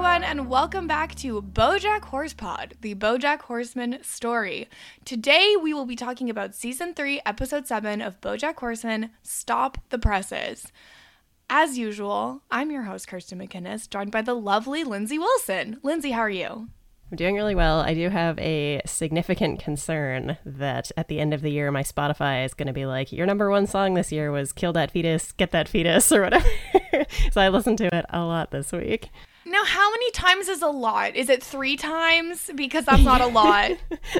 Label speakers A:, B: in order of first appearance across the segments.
A: welcome back to BoJack Horsepod, the BoJack Horseman story. Today we will be talking about season 3, episode 7 of BoJack Horseman, Stop the Presses. As usual, I'm your host Kirsten McInnes, joined by the lovely Lindsay Wilson. Lindsay, how are you?
B: I'm doing really well. I do have a significant concern that at the end of the year, my Spotify is going to be like, your number one song this year was Kill That Fetus, Get That Fetus, or whatever. so I listened to it a lot this week.
A: Now, how many times is a lot? Is it 3 times because that's not a lot?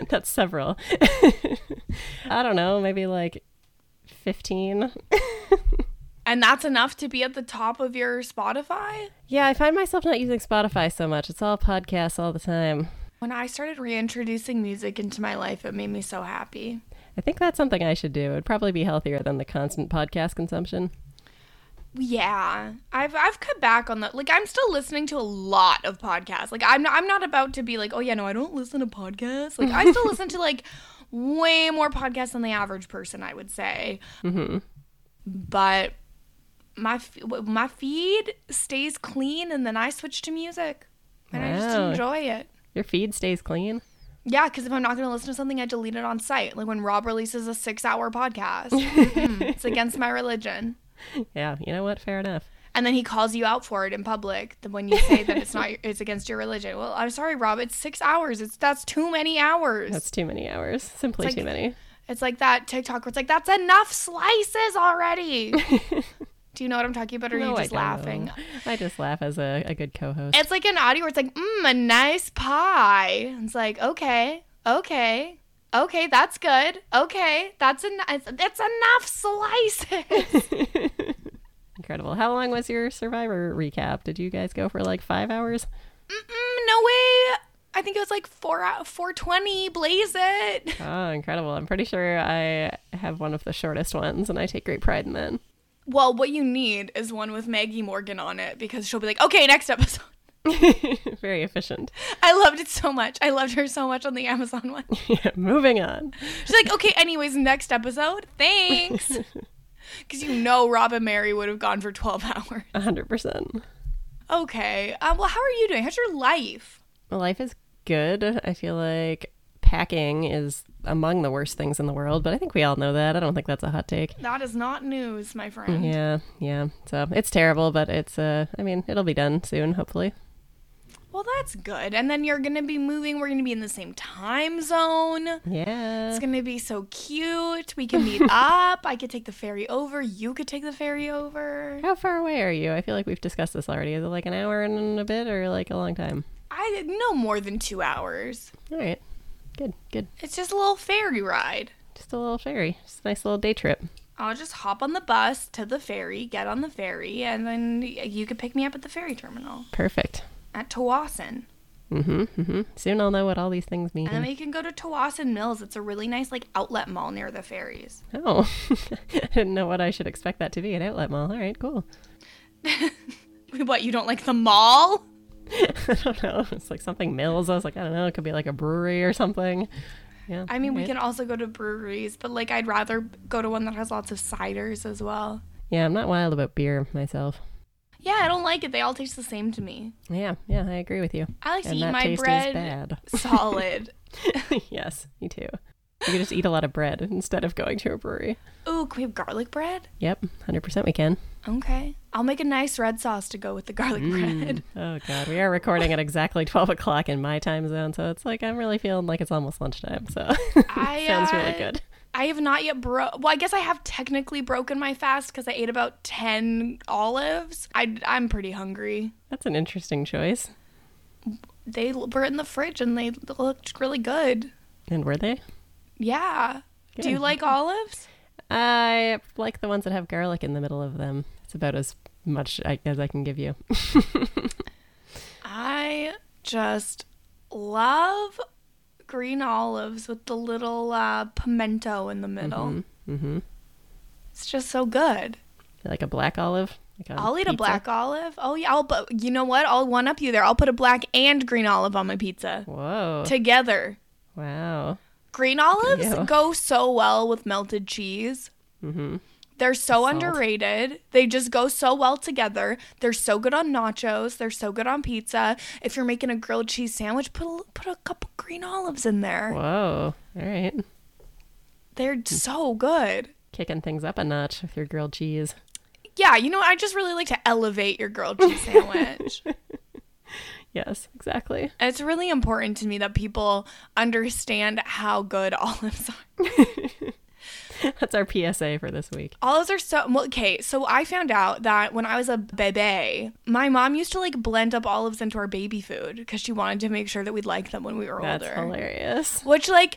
B: That's several. I don't know, maybe like 15.
A: and that's enough to be at the top of your Spotify?
B: Yeah, I find myself not using Spotify so much. It's all podcasts all the time.
A: When I started reintroducing music into my life, it made me so happy.
B: I think that's something I should do. It'd probably be healthier than the constant podcast consumption.
A: Yeah, I've I've cut back on the like. I'm still listening to a lot of podcasts. Like I'm not, I'm not about to be like, oh yeah, no, I don't listen to podcasts. Like I still listen to like way more podcasts than the average person, I would say.
B: Mm-hmm.
A: But my f- my feed stays clean, and then I switch to music, and I just
B: Wow.
A: enjoy it.
B: Your feed stays clean.
A: Yeah, because if I'm not going to listen to something, I delete it on site. Like when Rob releases a six-hour podcast, Mm, it's against my religion.
B: Yeah, you know what? Fair enough.
A: and then he calls you out for it in public the- when you say that it's not it's against your religion well i'm sorry rob it's six hours it's that's too many hours
B: That's too many hours. Simply
A: It's like-
B: too many.
A: it's like that tiktok where it's like that's enough slices already do you know what i'm talking about or are
B: No,
A: you
B: I
A: just
B: don't
A: laughing
B: know. I just laugh as a, a good co host.
A: it's like an audio where it's like mm, a nice pie it's like okay okay okay that's good okay that's en- that's enough slices
B: Incredible. How long was your survivor recap? Did you guys go for like five hours?
A: Mm, no way i think it was like 4 hou- 420 blaze it
B: Oh, incredible. I'm pretty sure I have one of the shortest ones and I take great pride in that.
A: Well, what you need is one with Maggie Morgan on it because she'll be like, okay, next episode.
B: Very efficient.
A: I loved it so much. I loved her so much on the Amazon one.
B: Yeah, moving on.
A: She's like, okay, anyways, next episode. Thanks. Because you know Rob and Mary would have gone for 12 hours.
B: 100%.
A: Okay. Um, well, how are you doing? How's your life?
B: My Life is good. I feel like packing is among the worst things in the world, but I think we all know that. I don't think that's a hot take.
A: That is not news, my friend.
B: Yeah, yeah. So it's terrible, but it's, uh, I mean, it'll be done soon, hopefully.
A: Well, that's good. And then you're going to be moving. We're going to be in the same time zone.
B: Yeah.
A: It's going to be so cute. We can meet up. I could take the ferry over. You could take the ferry over.
B: How far away are you? I feel like we've discussed this already. Is it like an hour and a bit or like a long time?
A: I no more than two hours.
B: All right. Good, good.
A: It's just a little ferry ride.
B: Just a little ferry. Just a nice little day trip.
A: I'll just hop on the bus to the ferry, get on the ferry, and then you could pick me up at the ferry terminal
B: Perfect.
A: at Tawasin.
B: Mm-hmm, mm-hmm. Soon I'll know what all these things mean.
A: And then we can go to Tawasin Mills. It's a really nice like outlet mall near the ferries.
B: oh. I didn't know what I should expect that to be an outlet mall. All right, cool.
A: What, you don't like the mall?
B: I don't know. It's like something mills. I was like, I don't know. It could be like a brewery or something. Yeah.
A: I mean, we
B: right.
A: can also go to breweries, but like I'd rather go to one that has lots of ciders as well.
B: Yeah, I'm not wild about beer myself.
A: Yeah, I don't like it. They all taste the same to me.
B: Yeah, yeah, I agree with you.
A: I like to
B: and
A: eat
B: that
A: my
B: taste is
A: bread
B: bad.
A: solid.
B: yes, me too. You could just eat a lot of bread instead of going to a brewery.
A: Ooh, can we have garlic bread?
B: Yep, 100% we can.
A: Okay. I'll make a nice red sauce to go with the garlic bread.
B: Oh, God. We are recording at exactly 12 o'clock in my time zone. So it's like, I'm really feeling like it's almost lunchtime. So
A: I,
B: sounds really
A: uh,
B: good.
A: I have not yet bro. Well, I guess I have technically broken my fast because I ate about 10 olives. I, I'm pretty hungry.
B: That's an interesting choice.
A: They l- were in the fridge and they looked really good.
B: And were they?
A: Yeah. Do you
B: Good.
A: like olives?
B: I like the ones that have garlic in the middle of them. It's about as much I- as I can give you.
A: Oh. I just love green olives with the little uh, pimento in the middle.
B: Mm-hmm.
A: It's just so good.
B: Like a black olive. Like on
A: I'll eat a
B: pizza.
A: black olive. Oh yeah, I'll but you know what? I'll one up you there. I'll put a black and green olive on my pizza
B: Whoa.
A: together.
B: wow.
A: Green olives
B: Ew.
A: go so well with melted cheese.
B: Mm-hmm.
A: They're so
B: Salt.
A: underrated. They just go so well together. They're so good on nachos. They're so good on pizza. If you're making a grilled cheese sandwich, put a, put a couple green olives in there.
B: Whoa. All right.
A: They're so good.
B: Kicking things up a notch with your grilled cheese.
A: Yeah, you know, I just really like to elevate your grilled cheese sandwich.
B: Yes, exactly.
A: it's really important to me that people understand how good olives are.
B: That's our PSA for this week.
A: Olives are so well, okay. So I found out that when I was a bebe, my mom used to like blend up olives into our baby food because she wanted to make sure that we'd like them when we were
B: That's
A: older.
B: hilarious.
A: Which like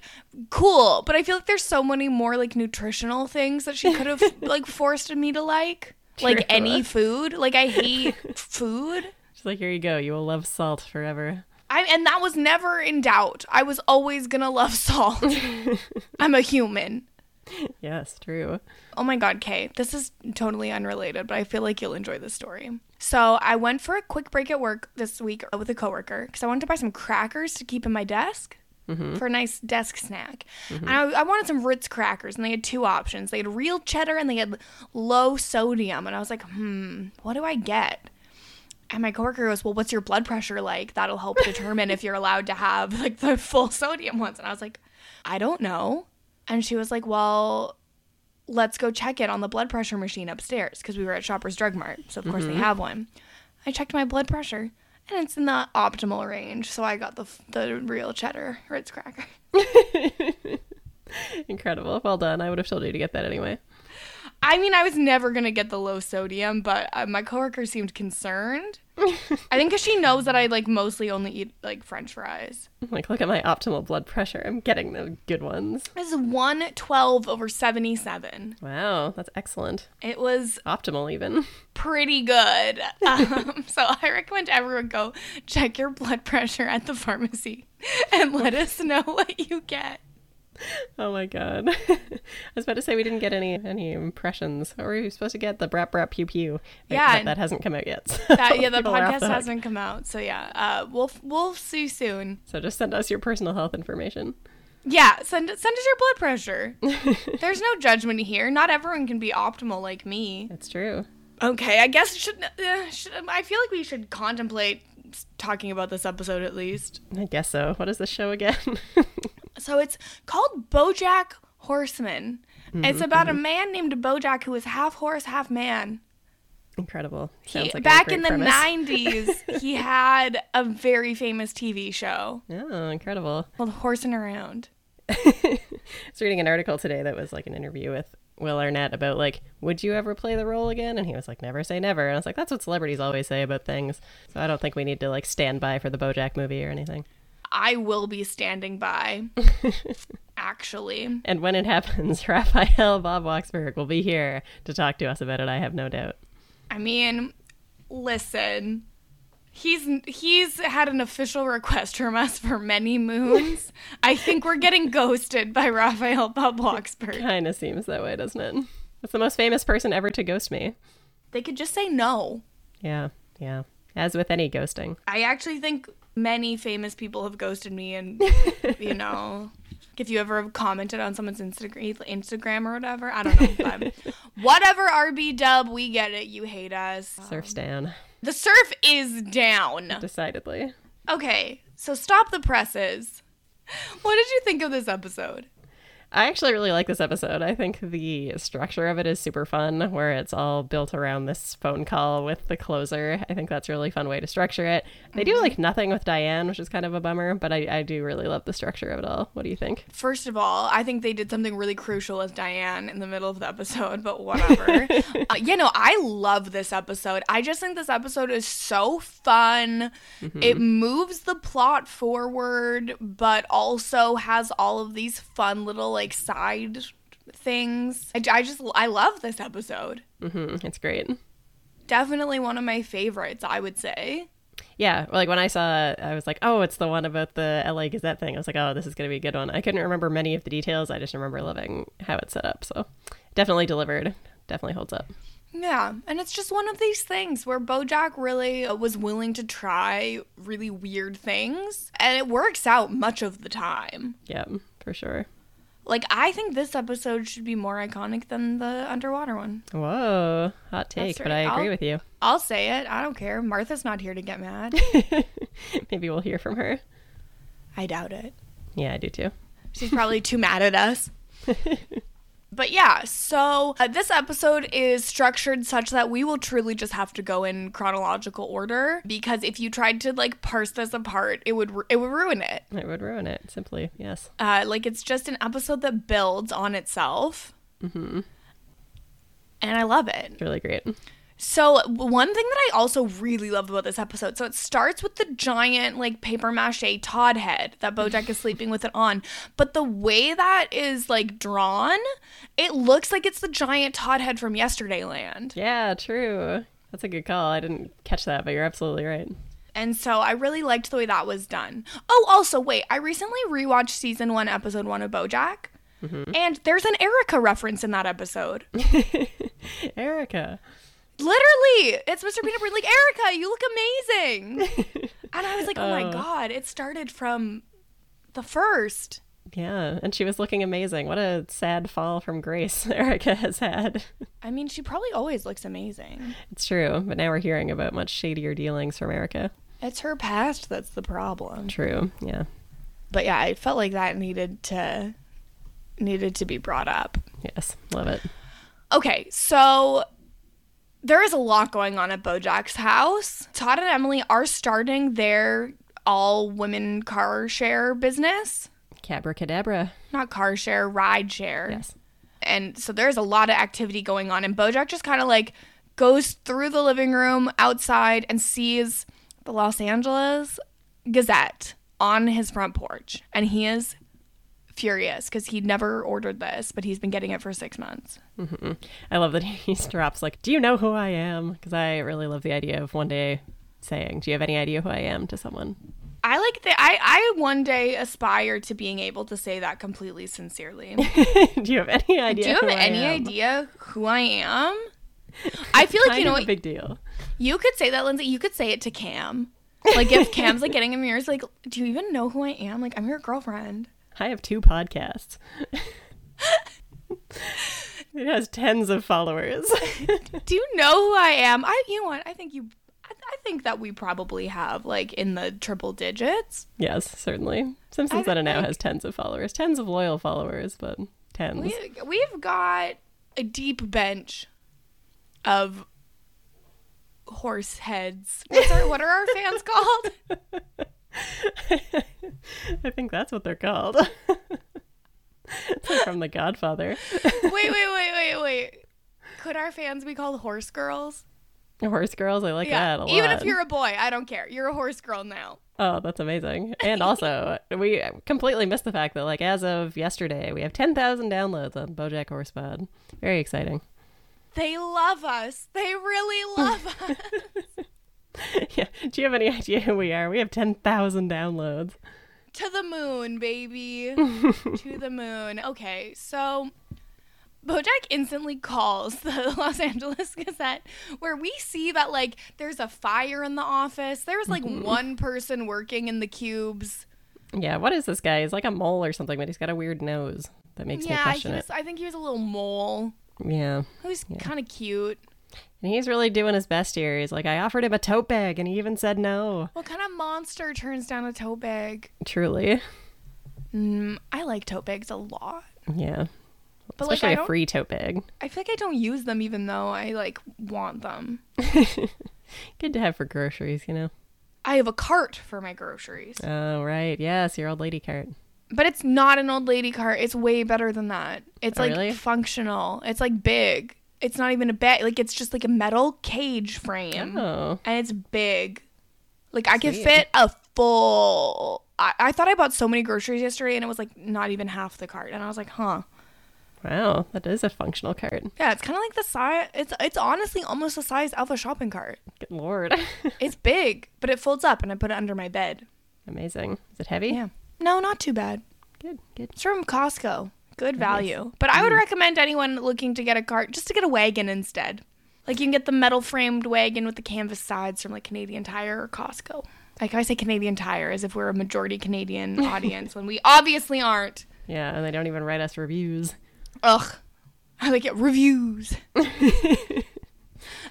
A: cool, but I feel like there's so many more like nutritional things that she could have like forced me to like. Like
B: True.
A: any food. Like I hate food.
B: She's like, here you go. You will love salt forever.
A: I and that was never in doubt. I was always gonna love salt. I'm a human.
B: Yes, true.
A: Oh my God, Kay, this is totally unrelated, but I feel like you'll enjoy this story. So I went for a quick break at work this week with a coworker because I wanted to buy some crackers to keep in my desk. For a nice desk snack. And I, I wanted some Ritz crackers, and they had two options. They had real cheddar and they had low sodium. And I was like, hmm, what do I get? And my coworker goes, Well, what's your blood pressure like? That'll help determine if you're allowed to have like the full sodium ones. And I was like, I don't know. And she was like, Well, let's go check it on the blood pressure machine upstairs because we were at Shoppers Drug Mart. So, of course, they have one. I checked my blood pressure and it's in the optimal range. So, I got the, the real cheddar Ritz cracker.
B: Incredible. Well done. I would have told you to get that anyway.
A: I mean, I was never going to get the low sodium, but uh, my coworker seemed concerned. I think because she knows that I like mostly only eat like french fries.
B: I'm like, look at my optimal blood pressure. I'm getting the good ones.
A: This is 112 over 77.
B: Wow, that's excellent.
A: It was
B: Optimal, even.
A: pretty good. Um, so I recommend everyone go check your blood pressure at the pharmacy and let us know what you get.
B: Oh my god. I was about to say we didn't get any any impressions. Or were we supposed to get the brap brap pew pew? Wait,
A: Yeah,
B: but
A: and-
B: that hasn't come out yet. so
A: That, yeah, the
B: people are off
A: podcast
B: hook.
A: hasn't come out. So yeah, uh, we'll we'll see you soon.
B: So just send us your personal health information.
A: Yeah, send send us your blood pressure. There's no judgment here. Not everyone can be optimal like me.
B: That's true.
A: Okay, I guess should, uh, should I feel like we should contemplate talking about this episode at least.
B: I guess so. What is the show again?
A: So it's called BoJack Horseman. It's
B: Mm-hmm,
A: about a man named BoJack who is half horse, half man.
B: Incredible.
A: He-
B: Sounds like a
A: back
B: great
A: in the
B: premise.
A: 90s, he had a very famous TV show
B: Oh, incredible.
A: called Horsin' Around.
B: I was reading an article today that was like an interview with Will Arnett about like, would you ever play the role again? And he was like, never say never. And I was like, that's what celebrities always say about things. So I don't think we need to like stand by for the BoJack movie or anything.
A: I will be standing by, actually.
B: And when it happens, Raphael Bob Waksberg will be here to talk to us about it. I have no doubt.
A: I mean, listen. He's he's had an official request from us for many moons. I think we're getting ghosted by Raphael Bob Waksberg.
B: Kind of seems that way, doesn't it? That's the most famous person ever to ghost me.
A: They could just say no.
B: Yeah, yeah. As with any ghosting.
A: I actually think many famous people have ghosted me, and you know, if you ever have commented on someone's Instagram, Instagram or whatever, I don't know, but whatever. RB Dub, we get it. You hate us.
B: Surf's down,
A: The surf is down.
B: decidedly.
A: Okay, so stop the presses. What did you think of this episode?
B: I actually really like this episode. I think the structure of it is super fun, where it's all built around this phone call with the closer. I think that's a really fun way to structure it. They do like nothing with Diane, which is kind of a bummer, but I, I do really love the structure of it all. What do you think?
A: First of all, I think they did something really crucial with Diane in the middle of the episode, but whatever. uh, you know, I love this episode. I just think this episode is so fun. It moves the plot forward, but also has all of these fun little like side things. I, I just I love this episode.
B: hmm It's great.
A: Definitely one of my favorites, I would say.
B: Yeah, like when I saw it, I was like, oh, it's the one about the LA Gazette thing. I was like, oh, this is going to be a good one. I couldn't remember many of the details. I just remember loving how it's set up. So definitely delivered. Definitely holds up.
A: Yeah, and it's just one of these things where Bojack really was willing to try really weird things, and it works out much of the time.
B: Yeah, for sure.
A: Like I think this episode should be more iconic than the underwater one.
B: Whoa, hot take, but I
A: right.
B: agree
A: I'll-
B: with you.
A: I'll say it. I don't care. Martha's not here to get mad.
B: Maybe we'll hear from her.
A: I doubt it.
B: Yeah, I do too.
A: She's probably too mad at us. But yeah, so uh, this episode is structured such that we will truly just have to go in chronological order because if you tried to like parse this apart, it would ru- it would ruin it.
B: It would ruin it, simply. Yes.
A: Uh, like it's just an episode that builds on itself, and I love it.
B: It's really great.
A: So one thing that I also really love about this episode, so it starts with the giant like paper mache Todd head that Bojack is sleeping with it on, but the way that is like drawn, it looks like it's the giant Todd head from Yesterday Land.
B: Yeah, true. That's a good call. I didn't catch that, but you're absolutely right.
A: And so I really liked the way that was done. Oh, also wait, I recently rewatched season 1 episode 1 of Bojack. And there's an Erica reference in that episode.
B: Erica.
A: Literally, it's Mr. Peanut Butter. Like, Erica, you look amazing. and I was like, oh my God, it started from the first.
B: Yeah, and she was looking amazing. What a sad fall from grace Erica has had.
A: I mean, she probably always looks amazing.
B: It's true, but now we're hearing about much shadier dealings from Erica.
A: It's her past that's the problem.
B: True. Yeah.
A: But yeah, I felt like that needed to needed to be brought up.
B: Yes. Love it.
A: Okay, so there is a lot going on at Bojack's house. Todd and Emily are starting their all women car share business.
B: Cabracadabra.
A: Not car share, ride share.
B: Yes.
A: And so there's a lot of activity going on. And Bojack just kind of like goes through the living room outside and sees the Los Angeles Gazette on his front porch. And he is furious because he never ordered this, but he's been getting it for six months.
B: I love that he drops like, "Do you know who I am?" Because I really love the idea of one day saying, "Do you have any idea who I am?" to someone.
A: I like that. I, I one day aspire to being able to say that completely sincerely.
B: Do you have any idea?
A: Do you have
B: who I
A: any
B: am?"
A: idea who I am? I feel like
B: Kind
A: you know
B: of
A: what
B: a big deal.
A: You could say that, Lindsay. You could say it to Cam. Like if Cam's like getting in the mirror, it's like, do you even know who I am? Like I'm your girlfriend.
B: I have two podcasts. it has tens of followers.
A: Do you know who I am? I, you know what? I think you, I, I think that we probably have like in the triple digits.
B: yes, certainly. Simpsons
A: I
B: I don't know
A: think-
B: has tens of followers, tens of loyal followers, but tens.
A: We, we've got a deep bench of horse heads. What's our, what are our fans called?
B: I think that's what they're called. It's like from The Godfather.
A: Wait, wait, wait, wait, wait. Could our fans be called horse girls?
B: Horse girls, I like that a lot.
A: Even if you're a boy, I don't care. You're a horse girl now.
B: Oh, that's amazing. And also, we completely missed the fact that, like, as of yesterday, we have 10,000 downloads on Bojack Horsepod. Very exciting.
A: They love us. They really love us.
B: yeah. Do you have any idea who we are? We have 10,000 downloads.
A: to the moon, baby. to the moon. Okay, so Bojack instantly calls the Los Angeles Gazette, where we see that, like, there's a fire in the office. There's, like,
B: Mm-hmm.
A: one person working in the cubes.
B: Yeah. What is this guy? He's like a mole or something, but he's got a weird nose that makes me
A: yeah, he
B: question
A: was,
B: it.
A: I think he was a little mole
B: Yeah.
A: who's kind of cute.
B: And he's really doing his best here. He's like, I offered him a tote bag and he even said no.
A: What kind of monster turns down a tote bag?
B: Truly.
A: Mm, I like tote bags a lot.
B: Yeah.
A: But, like,
B: Especially
A: I
B: a
A: don't
B: free tote bag.
A: I feel like I don't use them even though I like want them.
B: Good to have for groceries, you know?
A: I have a cart for my groceries.
B: Oh, right. Yes. Your old lady cart.
A: But it's not an old lady cart. It's way better than that. It's
B: Oh,
A: like
B: really?
A: functional. It's like big. It's not even a bag. Like it's just like a metal cage frame.
B: Oh.
A: And it's big. Like I could
B: Sweet.
A: fit a full I, I thought I bought so many groceries yesterday and it was like not even half the cart. And I was like, huh.
B: Wow. That is a functional cart.
A: Yeah, it's kinda like the size it's it's honestly almost the size of a shopping cart.
B: Good lord.
A: It's big, but it folds up and I put it under my bed.
B: Amazing. Is it heavy?
A: Yeah. No, not too bad.
B: Good. Good.
A: It's from Costco. Good value. But I would recommend anyone looking to get a cart just to get a wagon instead. Like you can get the metal framed wagon with the canvas sides from like Canadian Tire or Costco. Like I say Canadian Tire as if we're a majority Canadian audience when we obviously aren't.
B: Yeah, and they don't even write us reviews.
A: Ugh. I like it. Reviews.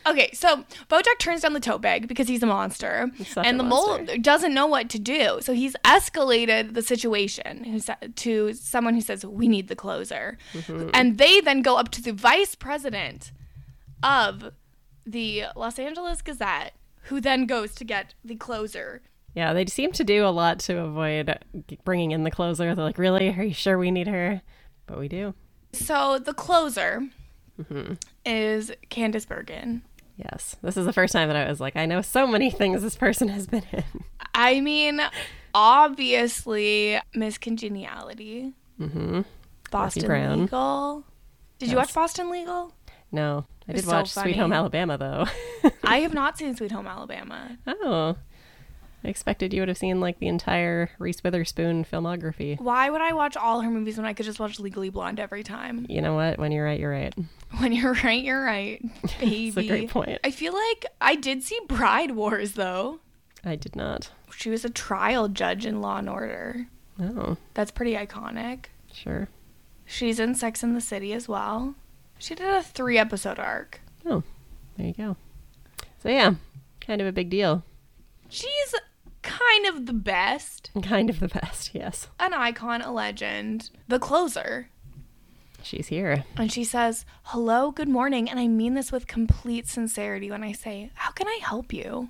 A: okay, so Bojack turns down the tote bag because he's a monster.
B: such
A: and
B: a
A: the
B: monster.
A: mole doesn't know what to do. So he's escalated the situation who sa- to someone who says, We need the closer.
B: Mm-hmm.
A: And they then go up to the vice president of the Los Angeles Gazette, who then goes to get the closer.
B: Yeah, they seem to do a lot to avoid g- bringing in the closer. They're like, really? Are you sure we need her? But we do.
A: So the closer
B: Mm-hmm.
A: is Candace Bergen.
B: Yes. This is the first time that I was like, I know so many things this person has been in.
A: I mean, obviously, Miss Congeniality. Mm-hmm. Boston
B: Brown.
A: Legal. Did you watch Boston Legal?
B: No, I did
A: It's so
B: watch Sweet Home
A: funny.
B: Alabama, though.
A: I have not seen Sweet Home Alabama.
B: oh. I expected you would have seen like the entire Reese Witherspoon filmography.
A: Why would I watch all her movies when I could just watch Legally Blonde every time?
B: You know what? When you're right, you're right.
A: When you're right, you're right, baby.
B: It's a great point.
A: I feel like I did see Bride Wars though.
B: I did not.
A: She was a trial judge in Law and Order.
B: Oh,
A: That's pretty iconic.
B: sure.
A: She's in Sex in the City as well. She did a three episode arc.
B: Oh, there you go. So yeah, kind of a big deal.
A: She's kind of the best.
B: Kind of the best, yes.
A: An icon, a legend, the closer.
B: She's here.
A: And she says, Hello, good morning. And I mean this with complete sincerity when I say, How can I help you?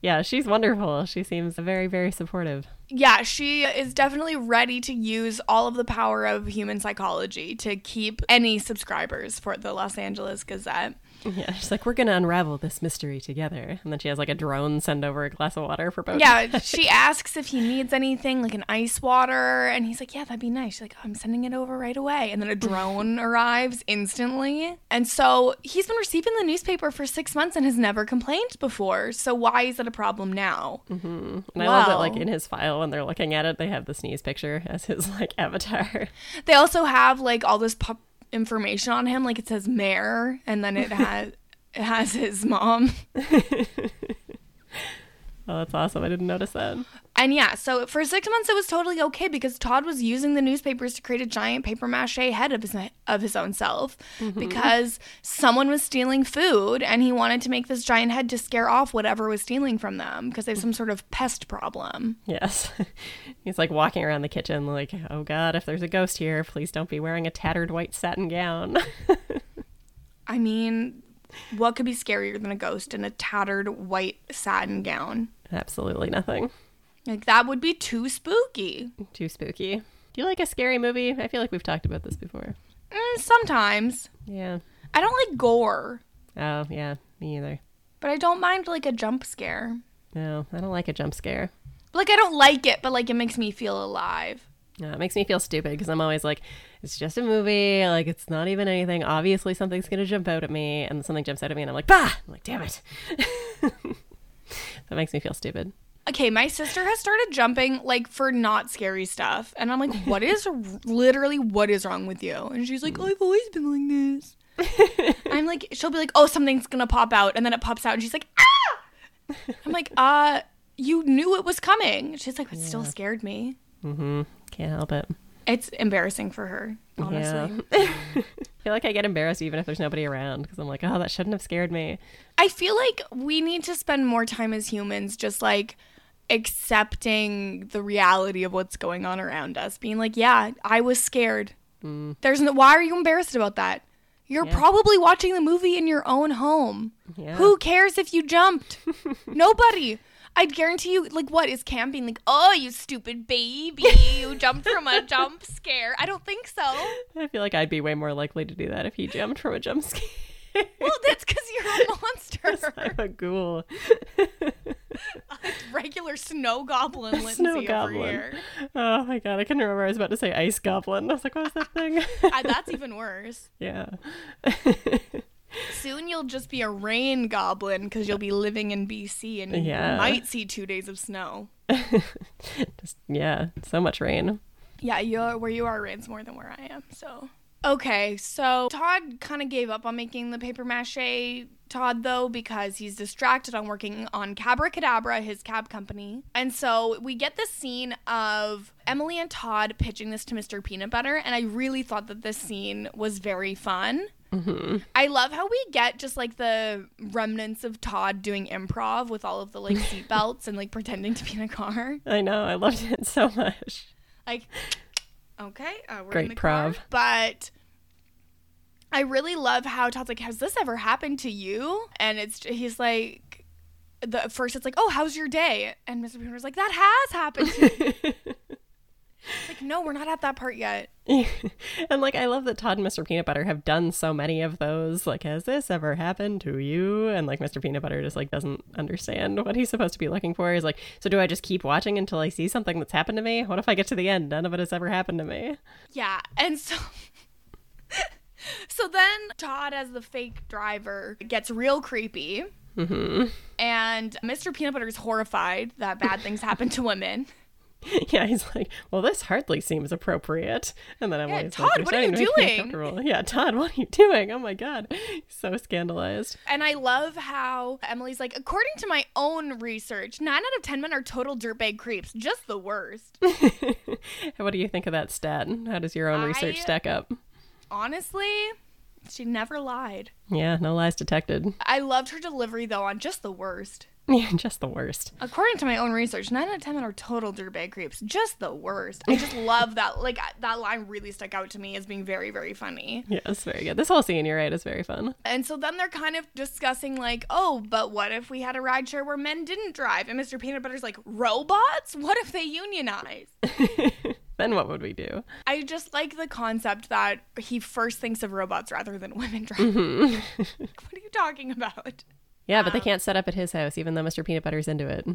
B: Yeah, she's wonderful. She seems very, very supportive.
A: Yeah, she is definitely ready to use all of the power of human psychology to keep any subscribers for the Los Angeles Gazette.
B: Yeah, she's like, we're gonna unravel this mystery together. And then she has like a drone send over a glass of water for both.
A: Yeah, she asks if he needs anything, like an ice water, and he's like, "Yeah, that'd be nice." She's like, "I'm sending it over right away," and then a drone arrives instantly. And so he's been receiving the newspaper for six months and has never complained before. So why is it a problem now?
B: and I love that
A: wow.
B: like in his file when they're looking at it, they have the sneeze picture as his like avatar.
A: They also have like all this pop information on him, like it says mayor, and then it has it has his mom.
B: Oh, that's awesome. I didn't notice that.
A: And yeah, so for six months it was totally okay because Todd was using the newspapers to create a giant paper mache head of his of his own self because someone was stealing food and he wanted to make this giant head to scare off whatever was stealing from them because they have some sort of pest problem.
B: Yes. He's like walking around the kitchen like, oh god, if there's a ghost here, please don't be wearing a tattered white satin gown.
A: I mean, what could be scarier than a ghost in a tattered white satin gown?
B: Absolutely nothing.
A: Like that would be too spooky.
B: Too spooky. Do you like a scary movie? I feel like we've talked about this before.
A: Mm, sometimes
B: Yeah.
A: I don't like gore,
B: Oh, yeah, me either.
A: but I don't mind like a jump scare.
B: No, I don't like a jump scare.
A: Like I don't like it, but like it makes me feel alive.
B: No, it makes me feel stupid because I'm always like, it's just a movie. Like, it's not even anything. Obviously, something's going to jump out at me. And something jumps out at me, and I'm like, bah! I'm like, damn it. that makes me feel stupid.
A: Okay, my sister has started jumping like for not scary stuff, and I'm like, "What is literally what is wrong with you?" And she's like, "I've always been like this." I'm like, she'll be like, "Oh, something's gonna pop out," and then it pops out, and she's like, "Ah!" I'm like, "Uh, you knew it was coming." She's like, "It still scared me."
B: Mm-hmm. Can't help it.
A: It's embarrassing for her, honestly.
B: Yeah. I feel like I get embarrassed even if there's nobody around because I'm like, oh, that shouldn't have scared me.
A: I feel like we need to spend more time as humans just like accepting the reality of what's going on around us, being like, yeah, I was scared.
B: Mm.
A: There's no, why are you embarrassed about that? You're probably watching the movie in your own home.
B: Yeah.
A: Who cares if you jumped? Nobody. I guarantee you, like, what is camping? Like, oh, you stupid baby, you jumped from a jump scare. I don't think so.
B: I feel like I'd be way more likely to do that if he jumped from a jump scare.
A: Well, that's because you're a monster.
B: I'm a ghoul.
A: regular snow goblin Lindsay
B: Snow
A: over
B: goblin.
A: here.
B: Oh my god, I couldn't remember. I was about to say ice goblin. I was like, what was that thing?
A: Uh, that's even worse.
B: yeah.
A: Soon you'll just be a rain goblin because you'll be living in BC and
B: Yeah.
A: you might see two days of snow.
B: Just, yeah, so much rain.
A: Yeah, you're, where you are rains more than where I am. So Okay, so Todd kind of gave up on making the paper mache Todd though because he's distracted on working on Cabracadabra, his cab company. And so we get this scene of Emily and Todd pitching this to Mr. Peanut Butter, and I really thought that this scene was very fun.
B: Mm-hmm.
A: I love how we get just like the remnants of Todd doing improv with all of the like seatbelts and like pretending to be in a car.
B: I know. I loved it so much.
A: Like, okay, uh, we're in
B: Great
A: the car,
B: prov.
A: but I really love how Todd's like, "Has this ever happened to you?" And it's he's like, the at first it's like, "Oh, how's your day?" And Mr. Peanut's like, "That has happened." To you." It's like, no, we're not at that part yet.
B: and like I love that Todd and Mr. Peanut Butter have done so many of those. Like, has this ever happened to you? And like Mr. Peanut Butter just like doesn't understand what he's supposed to be looking for. He's like, so do I just keep watching until I see something that's happened to me? What if I get to the end? None of it has ever happened to me.
A: Yeah, and so. So then Todd, as the fake driver, gets real creepy. And Mr. Peanut Butter is horrified that bad things happen to women.
B: yeah, he's like, well, this hardly seems appropriate. And then I'm like,
A: Todd, what are you doing?"
B: Yeah, Todd, what are you doing? Oh my god, he's so scandalized.
A: And I love how Emily's like, according to my own research, nine out of 10 men are total dirtbag creeps, just the worst.
B: what do you think of that stat? How does your own research
A: I-
B: stack up?
A: Honestly, she never lied.
B: Yeah, no lies detected.
A: I loved her delivery though on just the worst.
B: Yeah, just the worst.
A: According to my own research, nine out of 10 men are total dirtbag creeps, just the worst. I just love that. Like, that line really stuck out to me as being very, very funny.
B: Yeah, it's very good. This whole scene, you're right, is very fun.
A: And so then they're kind of discussing, like, oh, but what if we had a rideshare where men didn't drive? And Mr. Peanut Butter's like, robots? What if they unionize?
B: then what would we do?
A: I just like the concept that he first thinks of robots rather than women driving. what are you talking about?
B: Yeah, but they can't set up at his house, even though Mr. Peanut Butter's into it.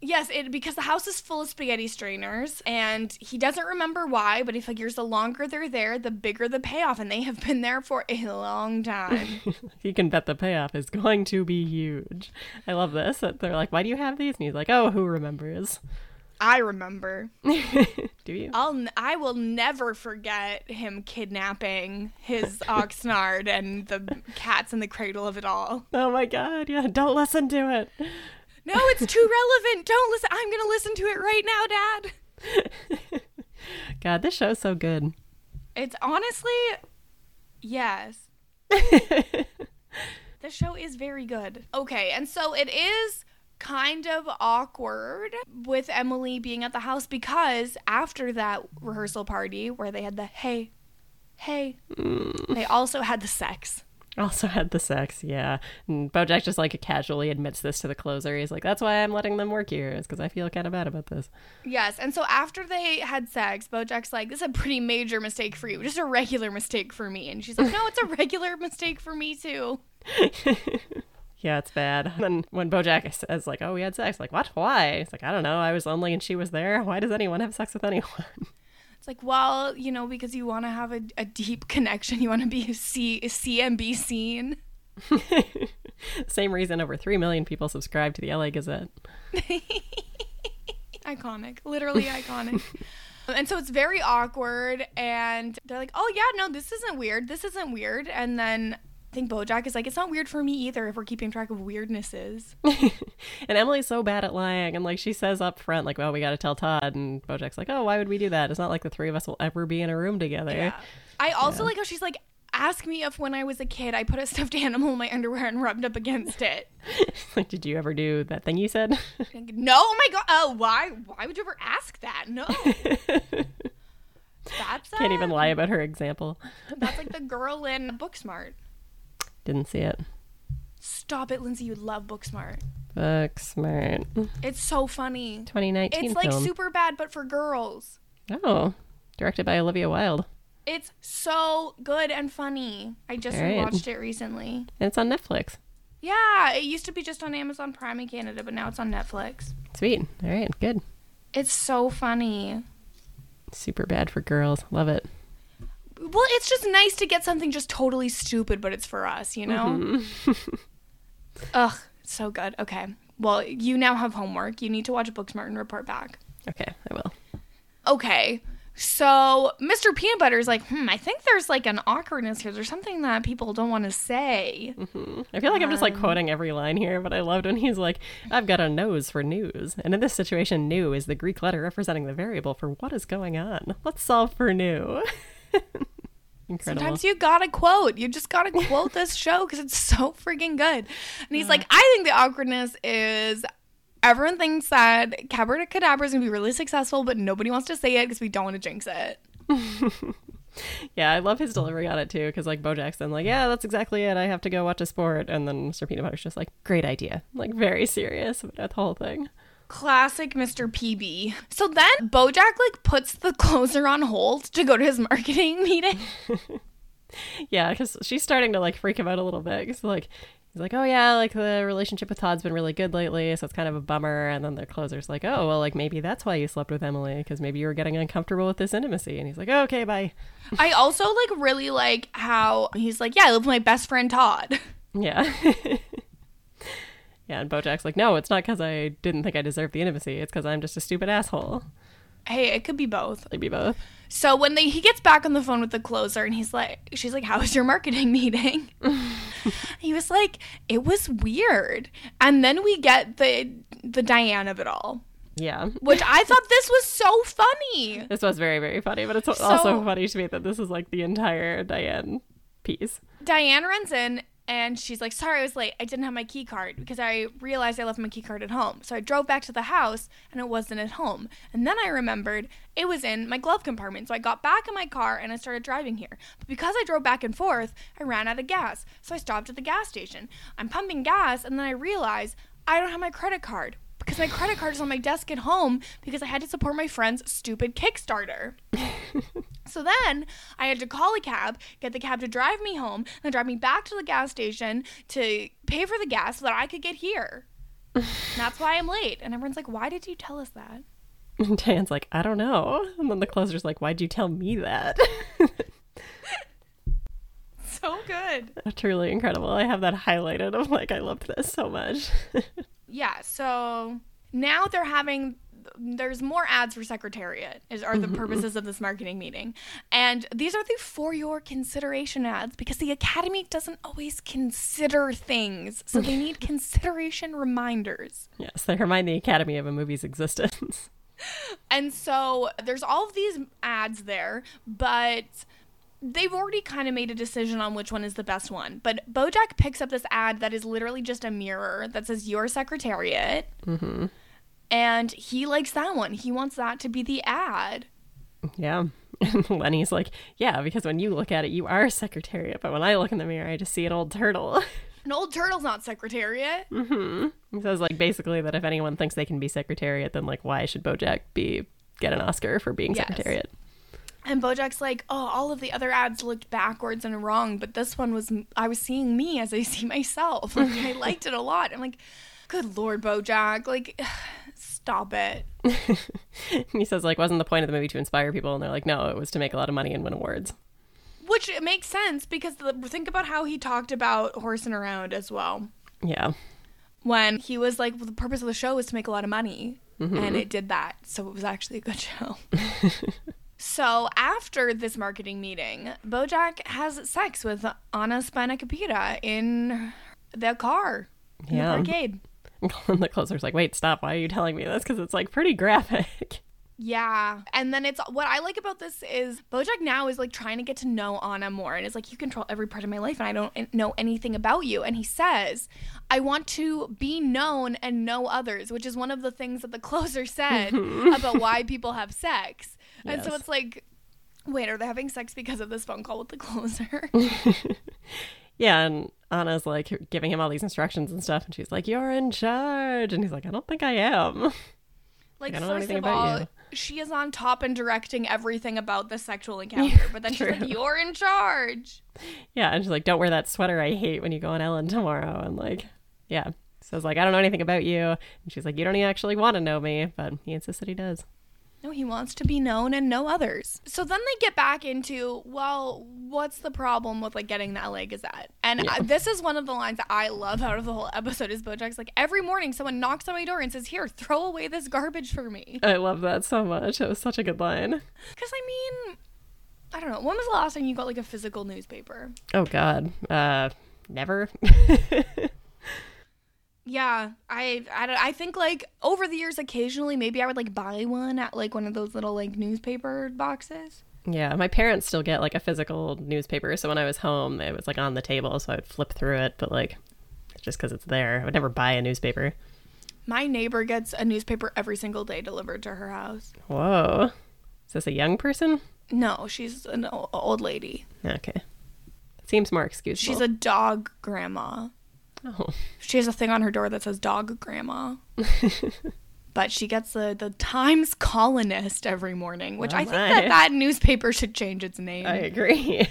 A: Yes, it because the house is full of spaghetti strainers, and he doesn't remember why, but he figures the longer they're there, the bigger the payoff, and they have been there for a long time.
B: He can bet the payoff is going to be huge. I love this. that They're like, why do you have these? And he's like, oh, who remembers?
A: I remember.
B: Do you?
A: I'll n- I will never forget him kidnapping his oxnard and the cats in the cradle of it all.
B: Oh my god, yeah, don't listen to it.
A: No, it's too relevant. Don't listen. I'm gonna listen to it right now, Dad.
B: God, this show's so good.
A: It's honestly, yes. the show is very good. Okay, and so it is kind of awkward with Emily being at the house because after that rehearsal party where they had the hey, hey, they also had the sex.
B: Also had the sex, yeah. And Bojack just like casually admits this to the closer. He's like, that's why I'm letting them work here, is because I feel kind of bad about this.
A: Yes, and so after they had sex, Bojack's like, "This is a pretty major mistake for you, just a regular mistake for me," and she's like, "No, it's a regular mistake for me too."
B: Yeah, it's bad. And then when Bojack says, like, oh, we had sex, like, what? Why? It's like, I don't know. I was lonely and she was there. Why does anyone have sex with anyone?
A: It's like, well, you know, because you want to have a, a deep connection, you want to be a C, a CMB scene.
B: Same reason over 3 million people subscribe to the LA Gazette.
A: Iconic, literally iconic. and so it's very awkward. And they're like, oh, yeah, no, this isn't weird. This isn't weird. And then I think Bojack is like, it's not weird for me either if we're keeping track of weirdnesses.
B: and Emily's so bad at lying. And, like, she says up front, like, well, we got to tell Todd. And Bojack's like, oh, why would we do that? It's not like the three of us will ever be in a room together.
A: I also like how she's like, ask me if when I was a kid I put a stuffed animal in my underwear and rubbed up against it.
B: like, did you ever do that thing you said?
A: Like, no, oh my God. Oh, why? Why would you ever ask that? No. That's
B: Can't even
A: a-
B: lie about her example.
A: That's like the girl in Booksmart.
B: Didn't see it.
A: Stop it, Lindsay. You would love Booksmart.
B: Book smart.
A: It's so funny.
B: 2019
A: It's like
B: film.
A: super bad, but for girls.
B: oh, directed by Olivia Wilde.
A: It's so good and funny. I just
B: All right.
A: watched it recently.
B: And it's on Netflix.
A: Yeah, it used to be just on Amazon Prime in Canada, but now it's on Netflix.
B: Sweet. All right. Good.
A: It's so funny.
B: Super bad for girls. Love it.
A: Well, it's just nice to get something just totally stupid, but it's for us, you know?
B: Mm-hmm.
A: Ugh, so good. Okay. Well, you now have homework. You need to watch Booksmart and report back.
B: Okay, I will.
A: Okay. So Mr. Peanut Butter is like, hmm, I think there's like an awkwardness here. There's something that people don't want to say.
B: I feel like I'm just like quoting every line here, but I loved when he's like, I've got a nose for news. And in this situation, new is the Greek letter representing the variable for what is going on. Let's solve for new. Incredible.
A: Sometimes you gotta quote. You just gotta quote this show because it's so freaking good. And he's like, I think the awkwardness is everyone thinks that Cabaret Cadabra is gonna be really successful, but nobody wants to say it because we don't want to jinx it.
B: yeah, I love his delivery on it too, because like Bo Jackson, like, yeah, that's exactly it. I have to go watch a sport. And then Mr. Peanut Butter's just like, great idea. Like, very serious about the whole thing.
A: Classic Mr. PB. So then Bojack like puts the closer on hold to go to his marketing meeting.
B: Yeah, because she's starting to like freak him out a little bit. Cause like he's like, oh yeah, like the relationship with Todd's been really good lately, so it's kind of a bummer. And then their closer's like, oh well, like maybe that's why you slept with Emily, because maybe you were getting uncomfortable with this intimacy. And he's like, "Oh, okay, bye.
A: I also like really like how he's like, yeah, I live with my best friend Todd.
B: Yeah. yeah, and Bojack's like, no, it's not because I didn't think I deserved the intimacy. It's because I'm just a stupid asshole.
A: Hey, it could be both.
B: Maybe both.
A: So when they, he gets back on the phone with the closer and he's like, she's like, how was your marketing meeting? he was like, it was weird. And then we get the the Diane of it all,
B: Yeah.
A: which I thought this was so funny.
B: This was very, very funny, but it's also funny to me that this is like the entire Diane piece.
A: Diane runs in and she's like, sorry, I was late. I didn't have my key card because I realized I left my key card at home. So I drove back to the house and it wasn't at home. And then I remembered it was in my glove compartment. So I got back in my car and I started driving here. But because I drove back and forth, I ran out of gas. So I stopped at the gas station. I'm pumping gas and then I realize I don't have my credit card because my credit card is on my desk at home because I had to support my friend's stupid Kickstarter. So then I had to call a cab, get the cab to drive me home, and then drive me back to the gas station to pay for the gas so that I could get here. And that's why I'm late. And everyone's like, why did you tell us that?
B: And Diane's like, I don't know. And then the closer's like, Why'd you tell me that?
A: So good.
B: Truly incredible. I have that highlighted. I'm like, I loved this so much.
A: Yeah, so now they're having there's more ads for secretariat is are the purposes of this marketing meeting and these are the for your consideration ads because the academy doesn't always consider things so they need consideration reminders
B: yes, they remind the Academy of a movie's existence.
A: And so there's all of these ads there, but they've already kind of made a decision on which one is the best one. But Bojack picks up this ad that is literally just a mirror that says "Your Secretariat," and he likes that one. He wants that to be the ad.
B: yeah. And Lenny's like, Yeah, because when you look at it, you are Secretariat. But when I look in the mirror, I just see an old turtle. Mm-hmm.
A: An old turtle's not Secretariat.
B: Mm. He says, like, basically, that if anyone thinks they can be Secretariat, then, like, why should Bojack be get an Oscar for being
A: Yes.
B: Secretariat?
A: And Bojack's like, "Oh, all of the other ads looked backwards and wrong, but this one was I was seeing me as I see myself. Like I liked it a lot." I'm like, "Good lord, Bojack! Like, stop it."
B: And he says, like, wasn't the point of the movie to inspire people? And they're like, no, it was to make a lot of money and win awards.
A: Which it makes sense because the, think about how he talked about horsing around as well.
B: Yeah.
A: When he was like, well, the purpose of the show was to make a lot of money. And it did that. So it was actually a good show. so after this marketing meeting, Bojack has sex with Anna Spinacopita in the car. In
B: Yeah.
A: the parkade.
B: And the closer's like, wait, stop. Why are you telling me this? Because it's like pretty graphic.
A: Yeah. And then it's what I like about this is Bojack now is like trying to get to know Anna more and it's like you control every part of my life and I don't know anything about you and he says I want to be known and know others, which is one of the things that the closer said about why people have sex. And so
B: Yes.
A: it's like wait, are they having sex because of this phone call with the closer?
B: Yeah. And Anna's like giving him all these instructions and stuff. And she's like, you're in charge. And he's like, I don't think I am.
A: like
B: I don't know
A: first
B: anything
A: of
B: about
A: all,
B: you.
A: she is on top and directing everything about the sexual encounter, but then she's
B: true.
A: like you're in charge.
B: Yeah. And she's like, don't wear that sweater I hate when you go on Ellen tomorrow. And like, yeah. e-, So it's like, I don't know anything about you. And she's like, you don't actually want to know me. But he insists that he does.
A: No, he wants to be known and no others. So then they get back into, well, what's the problem with like getting the LA Gazette? And
B: Yeah.
A: I- this is one of the lines that I love out of the whole episode is Bojack's like every morning someone knocks on my door and says, "Here, throw away this garbage for me."
B: I love that so much. That was such a good line.
A: Cuz I mean, I don't know. When was the last time you got like a physical newspaper?
B: Oh God, uh, never.
A: Yeah, I I, don't- I think like over the years occasionally maybe I would like buy one at like one of those little like newspaper boxes.
B: yeah, my parents still get like a physical newspaper, so when I was home, it was like on the table, so I would flip through it. But like, just because it's there, I would never buy a newspaper.
A: My neighbor gets a newspaper every single day delivered to her house.
B: Whoa, is this a young person?
A: No, she's an o- old lady.
B: Okay, seems more excusable.
A: She's a dog grandma.
B: oh.
A: She has a thing on her door that says dog grandma. but she gets the, the Times columnist every morning, which
B: Oh
A: I think
B: my.
A: that that newspaper should change its name.
B: I agree.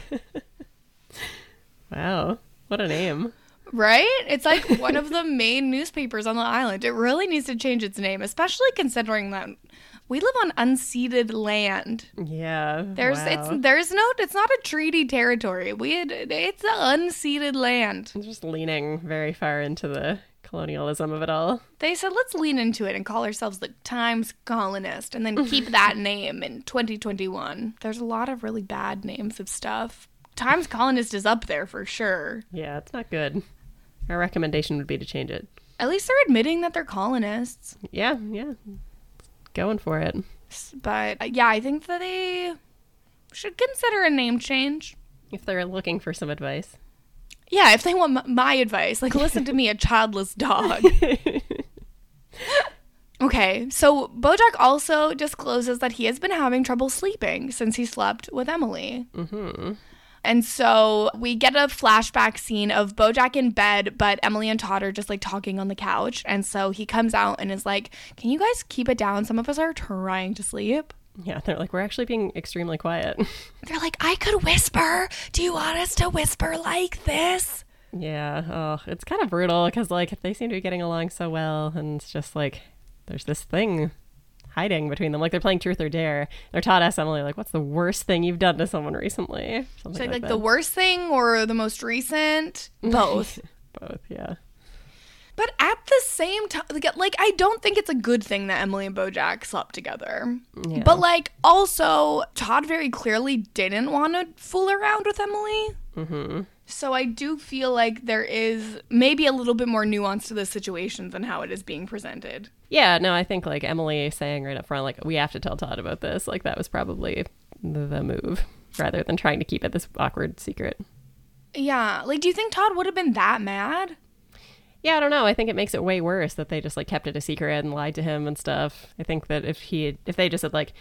B: wow, what a name.
A: Right? It's like one of the main newspapers on the island. It really needs to change its name, especially considering that we live on unceded land.
B: Yeah.
A: There's
B: wow.
A: it's there's no it's not a treaty territory. We had, it's an unceded land.
B: I'm just leaning very far into the colonialism of it all.
A: They said, let's lean into it and call ourselves the Times Colonist and then keep that name in 2021. There's a lot of really bad names of stuff. Times Colonist is up there for sure.
B: Yeah, it's not good. Our recommendation would be to change it.
A: At least they're admitting that they're colonists.
B: Yeah, yeah. Going for it.
A: S- But uh, yeah, I think that they should consider a name change.
B: If they're looking for some advice.
A: Yeah, if they want m- my advice, like listen to me, a childless dog.
B: Mm-hmm.
A: Okay, so Bojack also discloses that he has been having trouble sleeping since he slept with Emily. Mm-hmm. And so we get a flashback scene of Bojack in bed, but Emily and Todd are just like talking on the couch. And so he comes out and is like, Can you guys keep it down? Some of us are trying to sleep.
B: yeah, they're like, we're actually being extremely quiet.
A: They're like, I could whisper. Do you want us to whisper like this?
B: yeah, oh, it's kind of brutal because, like, they seem to be getting along so well, and it's just like, there's this thing hiding between them. Like, they're playing Truth or Dare. They're taught us, Emily, like, what's the worst thing you've done to someone recently? Something
A: So, like,
B: like,
A: the worst thing or the most recent? Both.
B: that. Both, yeah.
A: But at the same time, like, like, I don't think it's a good thing that Emily and Bojack slept together.
B: Yeah.
A: But like, also, Todd very clearly didn't want to fool around with Emily. Mm-hmm. So I do feel like there is maybe a little bit more nuance to the situation than how it is being presented.
B: Yeah, no, I think like Emily saying right up front, like, we have to tell Todd about this, like, that was probably the move rather than trying to keep it this awkward secret.
A: Yeah, like, do you think Todd would have been that mad?
B: Yeah, I don't know. I think it makes it way worse that they just like kept it a secret and lied to him and stuff. I think that if he, had, if they just said, like,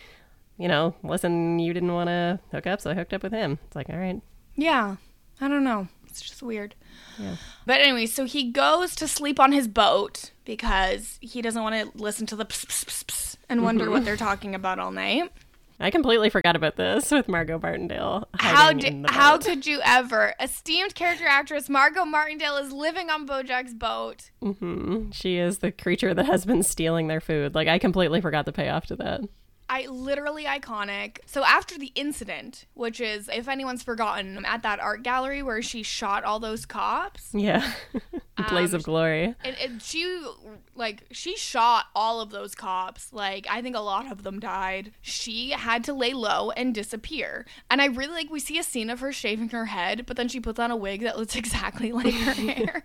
B: you know, listen, you didn't want to hook up, so I hooked up with him. It's like, all right.
A: Yeah, I don't know. It's just weird.
B: Yeah.
A: But anyway, so he goes to sleep on his boat because he doesn't want to listen to the pss, pss, pss, pss and wonder what they're talking about all night.
B: I completely forgot about this with Margot Martindale.
A: How
B: hiding in
A: di-
B: the
A: how
B: boat.
A: could you ever? Esteemed character actress Margot Martindale is living on Bojack's boat.
B: Mhm. She is the creature that has been stealing their food. Like, I completely forgot the payoff to that.
A: I literally iconic. So after the incident, which is if anyone's forgotten, at that art gallery where she shot all those cops,
B: Yeah. Blaze
A: Um,
B: of glory.
A: and, and she like she shot all of those cops like i think a lot of them died she had to lay low and disappear and i really like we see a scene of her shaving her head but then she puts on a wig that looks exactly like her hair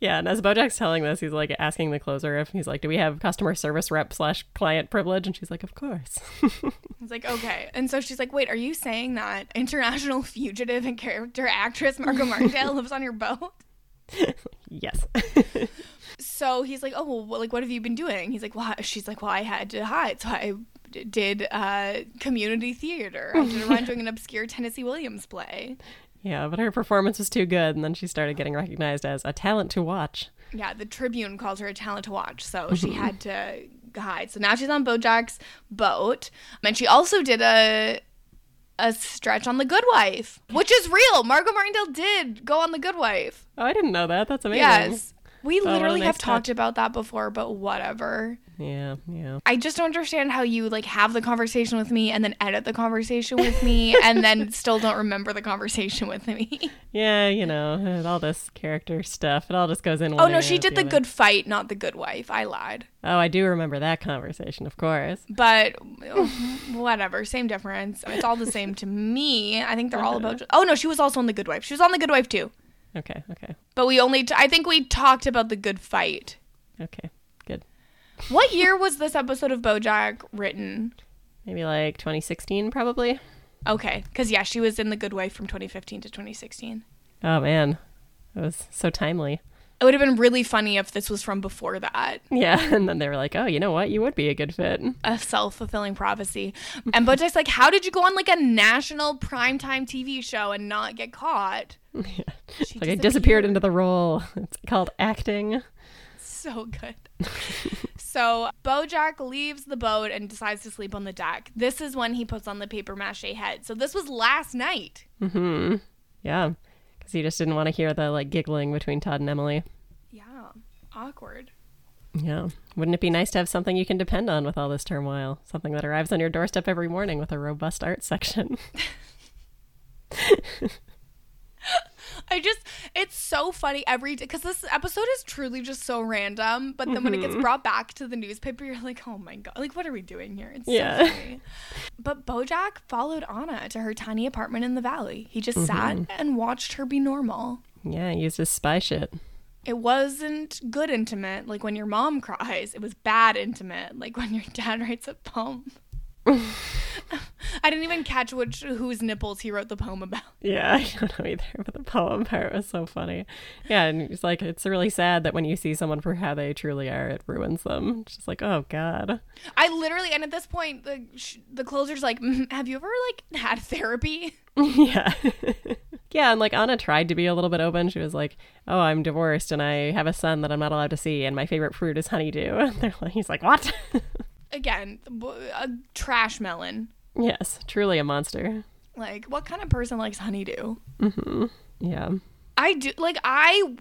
B: Yeah, and as Bojack's telling this, he's like asking the closer if he's like, "Do we have customer service rep slash client privilege?" And she's like, "Of course."
A: it's like okay and so she's like wait are you saying that international fugitive and character actress margot martindale lives on your boat
B: yes.
A: so he's like, oh, well, what- like, what have you been doing? He's like, well, I-" she's like, well, I had to hide, so I d- did uh, community theater. I did around doing an obscure Tennessee Williams play.
B: yeah, but her performance was too good, and then she started getting recognized as a talent to watch.
A: Yeah, the Tribune calls her a talent to watch, so she had to hide. So now she's on Bojack's boat, and she also did a a stretch on The Good Wife, which is real. Margot Martindale did go on The Good Wife.
B: Oh, I didn't know that. That's amazing.
A: Yes. We
B: what a
A: literally
B: nice
A: have talked
B: touch.
A: about that before, but whatever.
B: Yeah, yeah.
A: I just don't understand how you like have the conversation with me and then edit the conversation with me and then still don't remember the conversation with me.
B: Yeah, you know, all this character stuff. It all just goes in
A: oh
B: one
A: no,
B: ear
A: she
B: and
A: did the
B: other.
A: good fight, not the good wife. I lied.
B: Oh, I do remember that conversation, of course.
A: But oh, whatever, same difference. It's all the same to me. I think they're all about Oh no, she was also on the good wife. She was on the good wife too.
B: Okay, okay.
A: But we only t- I think we talked about the good fight.
B: Okay. Good.
A: What year was this episode of BoJack written?
B: Maybe like 2016 probably.
A: Okay, cuz yeah, she was in the good wife from 2015 to 2016.
B: Oh man. It was so timely.
A: It would have been really funny if this was from before that.
B: Yeah, and then they were like, "Oh, you know what? You would be a good fit."
A: a self-fulfilling prophecy. And Bojack's like, how did you go on like a national primetime TV show and not get caught? She
B: Like I disappeared into the role. It's called acting.
A: So good. so Bojack leaves the boat and decides to sleep on the deck. This is when he puts on the paper mache head. So this was last night.
B: Mhm. Yeah. Cuz he just didn't want to hear the like giggling between Todd and Emily.
A: Yeah. Awkward.
B: Yeah. Wouldn't it be nice to have something you can depend on with all this turmoil? Something that arrives on your doorstep every morning with a robust art section.
A: I just, it's so funny every day because this episode is truly just so random. But then when it gets brought back to the newspaper, you're like, oh my God, like, what are we doing here? It's
B: Yeah.
A: so funny. But Bojack followed Anna to her tiny apartment in the valley. He just sat and watched her be normal.
B: yeah, he used his spy shit.
A: It wasn't good intimate, like when your mom cries. It was bad intimate, like when your dad writes a poem. I didn't even catch which whose nipples he wrote the poem about.
B: Yeah, I don't know either, but the poem part was so funny. Yeah, and it's like it's really sad that when you see someone for how they truly are, it ruins them. It's just like, oh god.
A: I literally, and at this point, the sh- the closer's like, "Mm, "Have you ever like had therapy?"
B: yeah. yeah, and like Anna tried to be a little bit open. She was like, Oh, I'm divorced and I have a son that I'm not allowed to see, and my favorite fruit is honeydew. And they're like he's like, What?
A: Again, b- a trash melon.
B: yes, truly a monster. Mm-hmm.
A: Like, what kind of person likes honeydew?
B: Yeah.
A: I do like I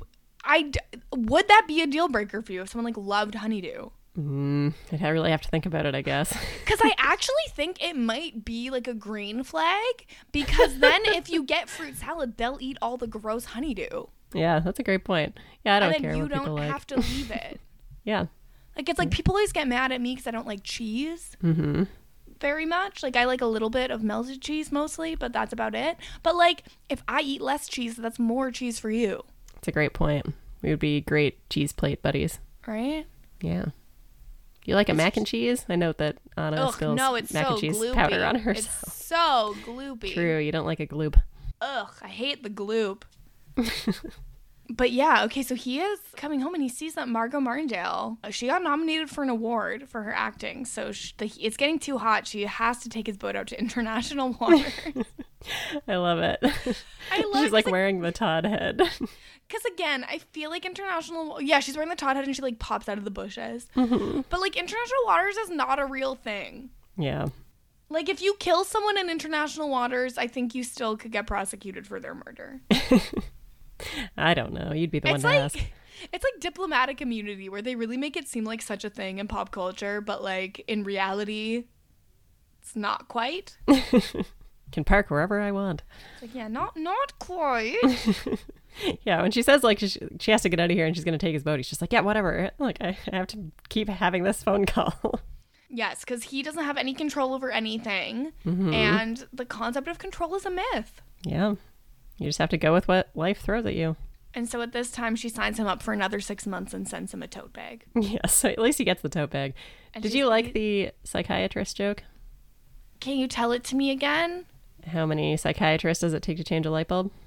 A: I d- would that be a deal breaker for you if someone like loved honeydew?
B: Mm, I'd ha- really have to think about it, I guess.
A: Because I actually think it might be like a green flag. Because then if you get fruit salad, they'll eat all the gross honeydew,
B: yeah, that's a great point. Yeah, I don't
A: and
B: care
A: then you
B: what people
A: don't
B: like.
A: have to leave it.
B: Yeah.
A: Like it's like people always get mad at me because I don't like cheese
B: Mm-hmm.
A: very much. Like I like a little bit of melted cheese mostly, but that's about it. But like if I eat less cheese, that's more cheese for you,
B: It's a great point. We would be great cheese plate buddies.
A: right?
B: Yeah. You like a mac and cheese? I note that Anna
A: Ugh,
B: spills
A: no, it's
B: mac
A: so
B: and cheese
A: gloopy.
B: powder on herself.
A: It's so gloopy.
B: True, you don't like a gloob.
A: Ugh, I hate the gloop. but yeah, okay, so he is coming home and he sees that Margot Martindale, uh, she got nominated for an award for her acting. So sh the, it's getting too hot. She has to take his boat out to international waters.
B: I love it.
A: I love
B: She's like
A: because
B: wearing the Todd head.
A: again, I feel like international. Yeah, she's wearing the Todd head and she like pops out of the bushes. But like international waters is not a real thing.
B: yeah.
A: Like if you kill someone in international waters, I think you still could get prosecuted for their murder.
B: I don't know. You'd be the
A: it's
B: one
A: like
B: to ask.
A: it's like diplomatic immunity where they really make it seem like such a thing in pop culture but like in reality it's not quite
B: Can park wherever I want.
A: it's like yeah not not quite
B: Yeah, when she says like she, she has to get out of here and she's gonna take his boat, he's just like, yeah, whatever. Like I I have to keep having this phone call.
A: yes because he doesn't have any control over anything and the concept of control is a myth
B: yeah, you just have to go with what life throws at you.
A: and so at this time she signs him up for another six months and sends him a tote bag
B: Yeah, so at least he gets the tote bag.
A: And
B: Did
A: she's
B: you like
A: like-
B: the psychiatrist joke?
A: can you tell it to me again
B: How many psychiatrists does it take to change a light bulb?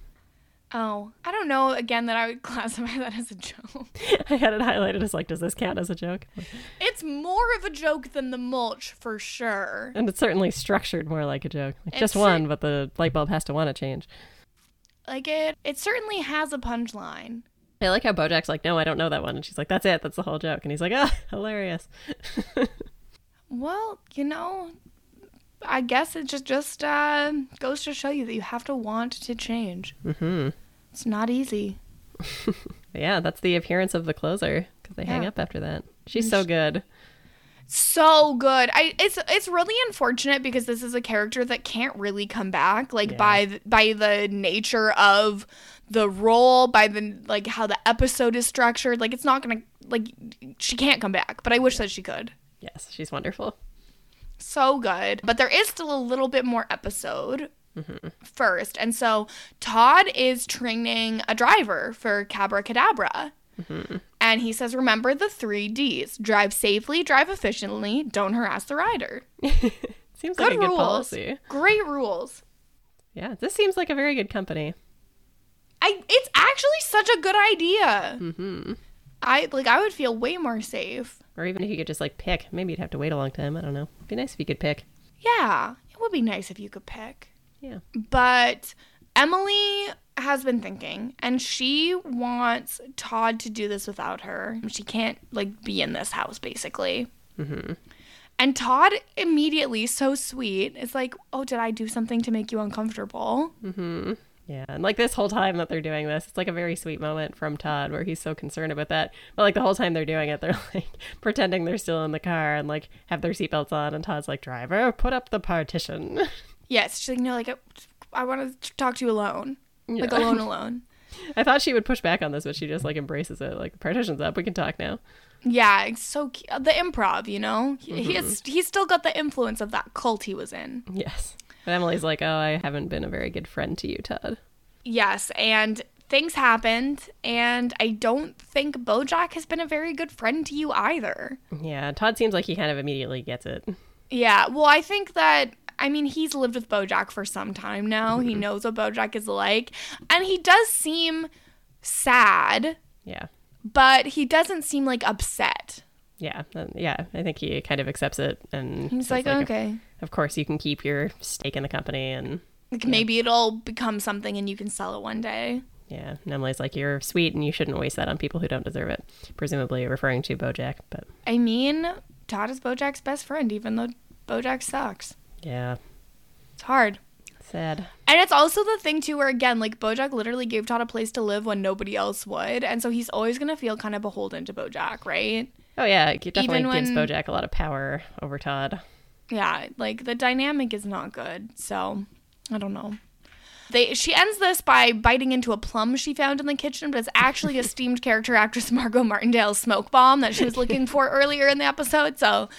A: oh i don't know again that i would classify that as a joke
B: I had it highlighted as like, does this count as a joke?
A: it's more of a joke than the mulch for sure
B: And it's certainly structured more like a joke. Like just
A: It's-
B: one, but the light bulb has to want to change.
A: Like it it certainly has a punchline.
B: I like how Bojack's like, no, I don't know that one. And she's like, that's it. That's the whole joke. And he's like, ah, hilarious.
A: Well, you know, I guess it just just uh, goes to show you that you have to want to change. Mm-hmm. It's not easy.
B: But yeah, that's the appearance of the closer because they hang
A: Yeah.
B: up after that. She's so good.
A: so good. I it's it's really unfortunate because this is a character that can't really come back like
B: Yeah.
A: by th- by the nature of the role, by the like how the episode is structured. Like it's not going to like she can't come back, but I wish that she could.
B: Yes, she's wonderful.
A: So good. But there is still a little bit more episode. First, and so Todd is training a driver for Cabra Cadabra, and he says, "Remember the three D's: drive safely, drive efficiently, don't harass the rider."
B: Seems
A: good
B: like a
A: rules.
B: good policy.
A: Great rules.
B: Yeah, this seems like a very good company.
A: I it's actually such a good idea. Mm-hmm. I like I would feel way more safe.
B: Or even if you could just like pick, maybe you'd have to wait a long time. I don't know. It'd be nice if you could pick.
A: Yeah, it would be nice if you could pick.
B: Yeah.
A: But Emily has been thinking and she wants Todd to do this without her. She can't like be in this house basically.
B: Mm-hmm.
A: And Todd immediately, so sweet, is like, "Oh, did I do something to make you uncomfortable?"
B: Mm. Yeah. And like this whole time that they're doing this, it's like a very sweet moment from Todd where he's so concerned about that. But like the whole time they're doing it, they're like pretending they're still in the car and like have their seatbelts on. And Todd's like, driver, put up the partition.
A: Yes, she's like, "No, like I, I want to talk to you alone, like
B: Yeah.
A: alone, alone."
B: I thought she would push back on this, but she just like embraces it. Like, the partition's up. We can talk now.
A: Yeah, it's so cu- uh, the improv, you know. He He is, he's still got the influence of that cult he was in.
B: Yes. But Emily's like, oh, I haven't been a very good friend to you, Todd.
A: Yes, and things happened and I don't think Bojack has been a very good friend to you either.
B: Yeah. Todd seems like he kind of immediately gets it.
A: Yeah, well, I think that I mean, he's lived with Bojack for some time now. He knows what Bojack is like, and he does seem sad,
B: Yeah.
A: but he doesn't seem like upset.
B: Yeah, uh, yeah. I think he kind of accepts it, and
A: He's
B: says,
A: like,
B: of-
A: okay.
B: Of, course, you can keep your stake in the company, and
A: Like maybe it'll become something and you can sell it one day.
B: yeah. And Emily's like, you're sweet, and you shouldn't waste that on people who don't deserve it. Presumably referring to BoJack, but
A: I mean, Todd is Bojack's best friend, even though Bojack sucks.
B: yeah,
A: It's hard.
B: sad.
A: And it's also the thing, too, where again, like Bojack literally gave Todd a place to live when nobody else would. And so he's always going to feel kind of beholden to Bojack, right?
B: Oh yeah, it definitely
A: Even
B: gives
A: when-
B: BoJack a lot of power over Todd.
A: Yeah, like the dynamic is not good. So I don't know. They, she ends this by biting into a plum she found in the kitchen, but it's actually esteemed character actress Margot Martindale's smoke bomb that she was looking for earlier in the episode. So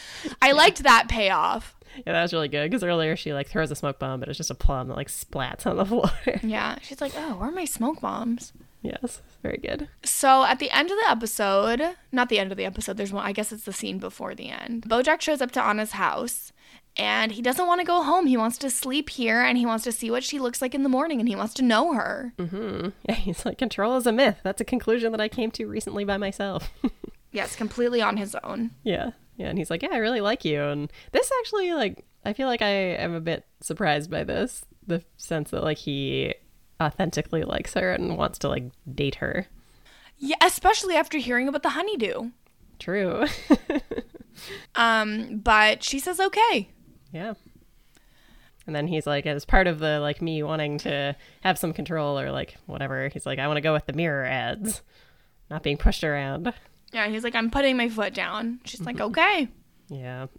A: I liked that payoff.
B: Yeah, that was really good because earlier she like throws a smoke bomb, but it's just a plum that like splats on the floor.
A: Yeah, she's like, oh, where are my smoke bombs?
B: yes, very good.
A: So at the end of the episode, not the end of the episode, there's one, I guess it's the scene before the end. Bojack shows up to Anna's house and he doesn't want to go home. He wants to sleep here and he wants to see what she looks like in the morning and he wants to know her.
B: Hmm. Yeah, he's like, control is a myth. That's a conclusion that I came to recently by myself.
A: Yes, completely on his own.
B: Yeah. Yeah. And he's like, Yeah, I really like you. And this actually, like, I feel like I am a bit surprised by this the sense that, like, he authentically likes her and wants to, like, date her.
A: Yeah, especially after hearing about the honeydew.
B: True.
A: Um, but she says okay.
B: yeah. And then he's like, as part of the, like, me wanting to have some control or, like, whatever, he's like, I want to go with the mirror ads, not being pushed around.
A: Yeah, he's like, I'm putting my foot down. She's like, okay.
B: Yeah.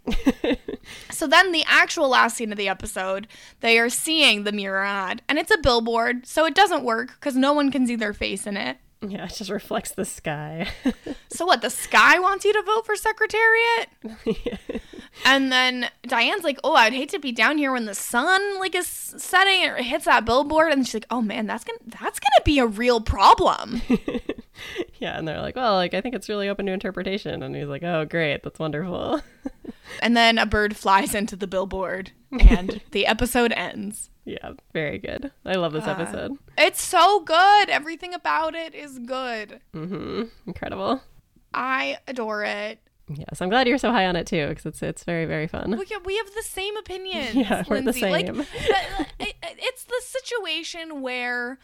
A: So then the actual last scene of the episode, they are seeing the mirror ad, and it's a billboard, so it doesn't work because no one can see their face in it.
B: yeah. It just reflects the sky.
A: So what, the sky wants you to vote for Secretariat? And then Diane's like, Oh, I'd hate to be down here when the sun like is setting and it hits that billboard and she's like, Oh man, that's gonna that's gonna be a real problem.
B: yeah. And they're like, Well, like, I think it's really open to interpretation. And he's like, Oh, great. That's wonderful.
A: and then a bird flies into the billboard and the episode ends.
B: Yeah, very good. I love
A: Ah.
B: this episode.
A: It's so good. Everything about it is good.
B: hmm Incredible.
A: I adore it.
B: Yes, I'm glad you're so high on it too, because it's it's very very fun.
A: We have, we have the same opinions.
B: Yeah, we're the
A: Lindsay. Like,
B: same.
A: th- th- it- it's the situation where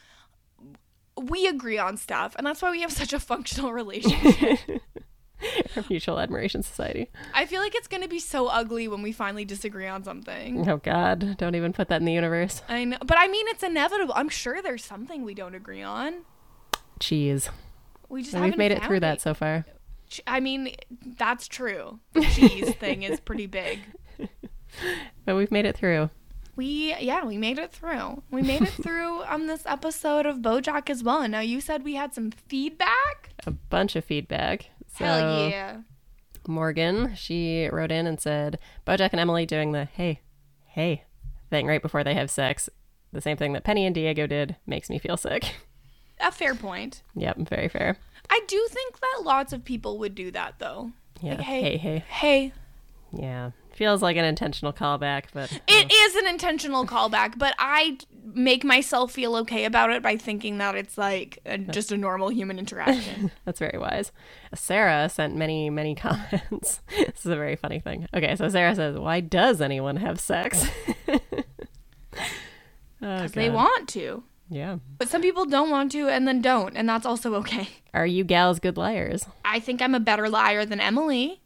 A: we agree on stuff, and that's why we have such a functional relationship.
B: Our Mutual Admiration Society.
A: I feel like it's going to be so ugly when we finally disagree on something.
B: Oh God, don't even put that in the universe.
A: I know, but I mean, it's inevitable. I'm sure there's something we don't agree on.
B: Jeez,
A: We just
B: And we've
A: haven't
B: made it
A: found
B: through that so far.
A: Ch- I mean, that's true. The cheese thing is pretty big.
B: But we've made it through.
A: We yeah, we made it through. We made it through on this episode of BoJack as well. And now you said we had some feedback.
B: A bunch of feedback. So
A: Hell yeah.
B: Morgan, she wrote in and said, Bojack and Emily doing the hey, hey thing right before they have sex. The same thing that Penny and Diego did makes me feel sick.
A: A fair point.
B: Yep, very fair.
A: I do think that lots of people would do that though.
B: Yeah.
A: Like,
B: hey.
A: hey.
B: hey, hey.
A: Hey,
B: Yeah. Feels like an intentional callback, but
A: it is an intentional callback, but I make myself feel okay about it by thinking that it's like a, just a normal human interaction.
B: That's very wise. Sarah sent many, many comments. this is a very funny thing. Okay, so Sarah says, Why does anyone have sex? Oh,
A: Because they want to.
B: Yeah.
A: But some people don't want to and then don't, and that's also okay.
B: Are you gals good liars?
A: I think I'm a better liar than Emily.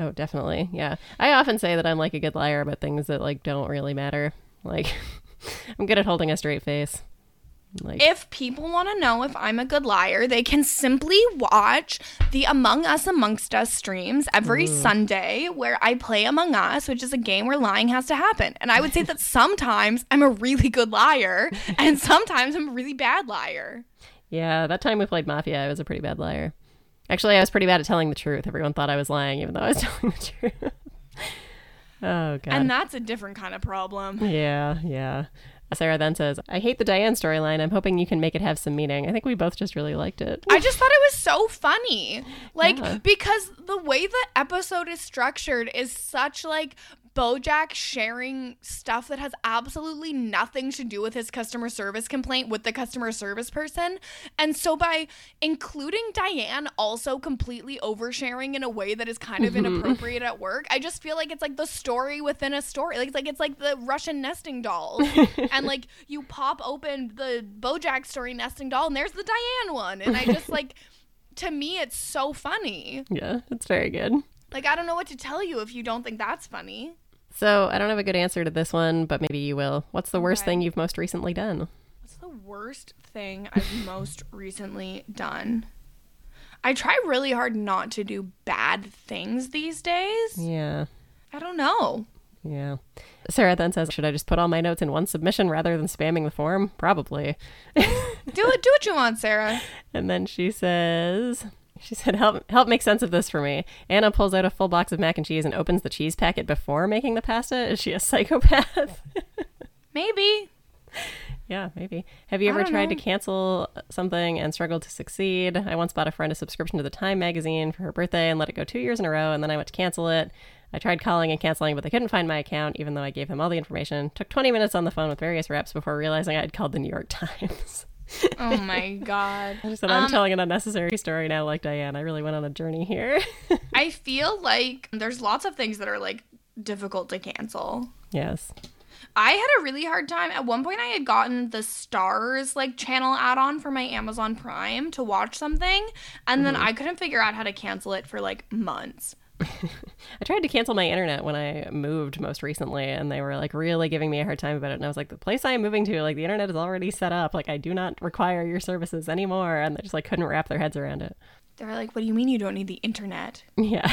B: Oh, definitely. Yeah. I often say that I'm like a good liar about things that like don't really matter. Like I'm good at holding a straight face. Like
A: If people want to know if I'm a good liar, they can simply watch the Among Us Amongst Us streams every Sunday where I play Among Us, which is a game where lying has to happen. And I would say that sometimes I'm a really good liar and sometimes I'm a really bad liar.
B: Yeah, that time we played Mafia, I was a pretty bad liar. Actually, I was pretty bad at telling the truth. Everyone thought I was lying even though I was telling the truth. oh god.
A: And that's a different kind of problem.
B: yeah, yeah. Sarah then says, I hate the Diane storyline. I'm hoping you can make it have some meaning. I think we both just really liked it.
A: I just thought it was so funny. Like
B: Yeah.
A: because the way the episode is structured is such like Bojack sharing stuff that has absolutely nothing to do with his customer service complaint with the customer service person. And so by including Diane also completely oversharing in a way that is kind of inappropriate at work, I just feel like it's like the story within a story. Like it's like it's like the Russian nesting doll. and like you pop open the Bojack story nesting doll and there's the Diane one. And I just like to me it's so funny.
B: yeah, it's very good.
A: Like I don't know what to tell you if you don't think that's funny.
B: So I don't have a good answer to this one, but maybe you will. What's the worst
A: Okay.
B: thing you've most recently done?
A: What's the worst thing I've most recently done? I try really hard not to do bad things these days.
B: Yeah.
A: I don't know.
B: Yeah. Sarah then says, Should I just put all my notes in one submission rather than spamming the form? Probably.
A: Do it do what you want, Sarah.
B: and then she says, She said, Help help make sense of this for me. Anna pulls out a full box of mac and cheese and opens the cheese packet before making the pasta. Is she a psychopath?
A: Maybe.
B: yeah, maybe. Have you ever
A: don't
B: tried
A: know.
B: to cancel something and struggled to succeed? I once bought a friend a subscription to the Time magazine for her birthday and let it go two years in a row, and then I went to cancel it. I tried calling and canceling, but they couldn't find my account, even though I gave them all the information. Took 20 minutes on the phone with various reps before realizing I had called the New York Times.
A: Oh my god.
B: I said, I'm telling an unnecessary story now, like Diane. I really went on a journey here.
A: I feel like there's lots of things that are like difficult to cancel.
B: yes.
A: I had a really hard time. At one point, I had gotten the Stars like channel add on for my Amazon Prime to watch something, and then I couldn't figure out how to cancel it for like months.
B: I tried to cancel my internet when I moved most recently, and they were like really giving me a hard time about it. And I was like, the place I am moving to, like the internet is already set up. Like I do not require your services anymore. And they just like couldn't wrap their heads around it.
A: They were like, What do you mean you don't need the internet?
B: Yeah.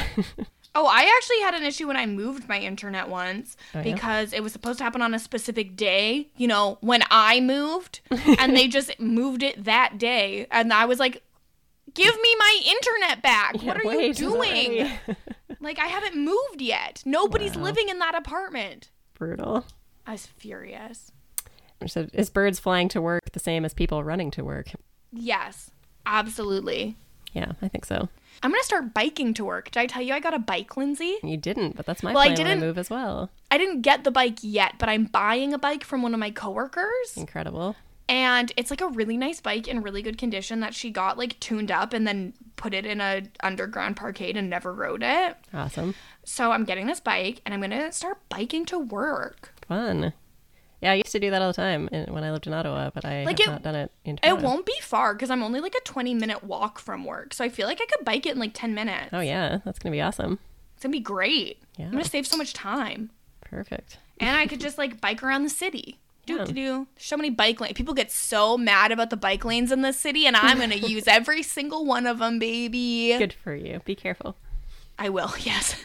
A: Oh, I actually had an issue when I moved my internet once
B: Oh,
A: because it was supposed to happen on a specific day, you know, when I moved, and they just moved it that day. And I was like, Give me my internet back. what are you
B: Wait,
A: doing?
B: sorry.
A: Like, I haven't moved yet. Nobody's living in that apartment.
B: Brutal.
A: I was furious.
B: I said, is birds flying to work the same as people running to work?
A: Yes, absolutely.
B: Yeah, I think so.
A: I'm gonna start biking to work. Did I tell you I got a bike, Lindsay?
B: You didn't, but that's my
A: Well, I
B: plan when I
A: didn't-
B: move as well.
A: I didn't get the bike yet, but I'm buying a bike from one of my coworkers.
B: Incredible.
A: And it's like a really nice bike in really good condition that she got like tuned up and then put it in a underground parkade and never rode it.
B: Awesome.
A: So I'm getting this bike and I'm gonna start biking to work.
B: Fun. Yeah, I used to do that all the time in- when I lived in Ottawa, but I
A: Like
B: have
A: it-
B: not done it in
A: It
B: Toronto.
A: won't be far because I'm only like a 20 minute walk from work. So I feel like I could bike it in like 10 minutes.
B: Oh yeah, that's gonna be awesome.
A: It's gonna be great.
B: Yeah.
A: I'm gonna save so much time.
B: Perfect.
A: and I could just like bike around the city. Do
B: Yeah.
A: do do. So many bike lanes. People get so mad about the bike lanes in this city, and I'm gonna use every single one of them, baby.
B: Good for you. Be careful.
A: I will. Yes.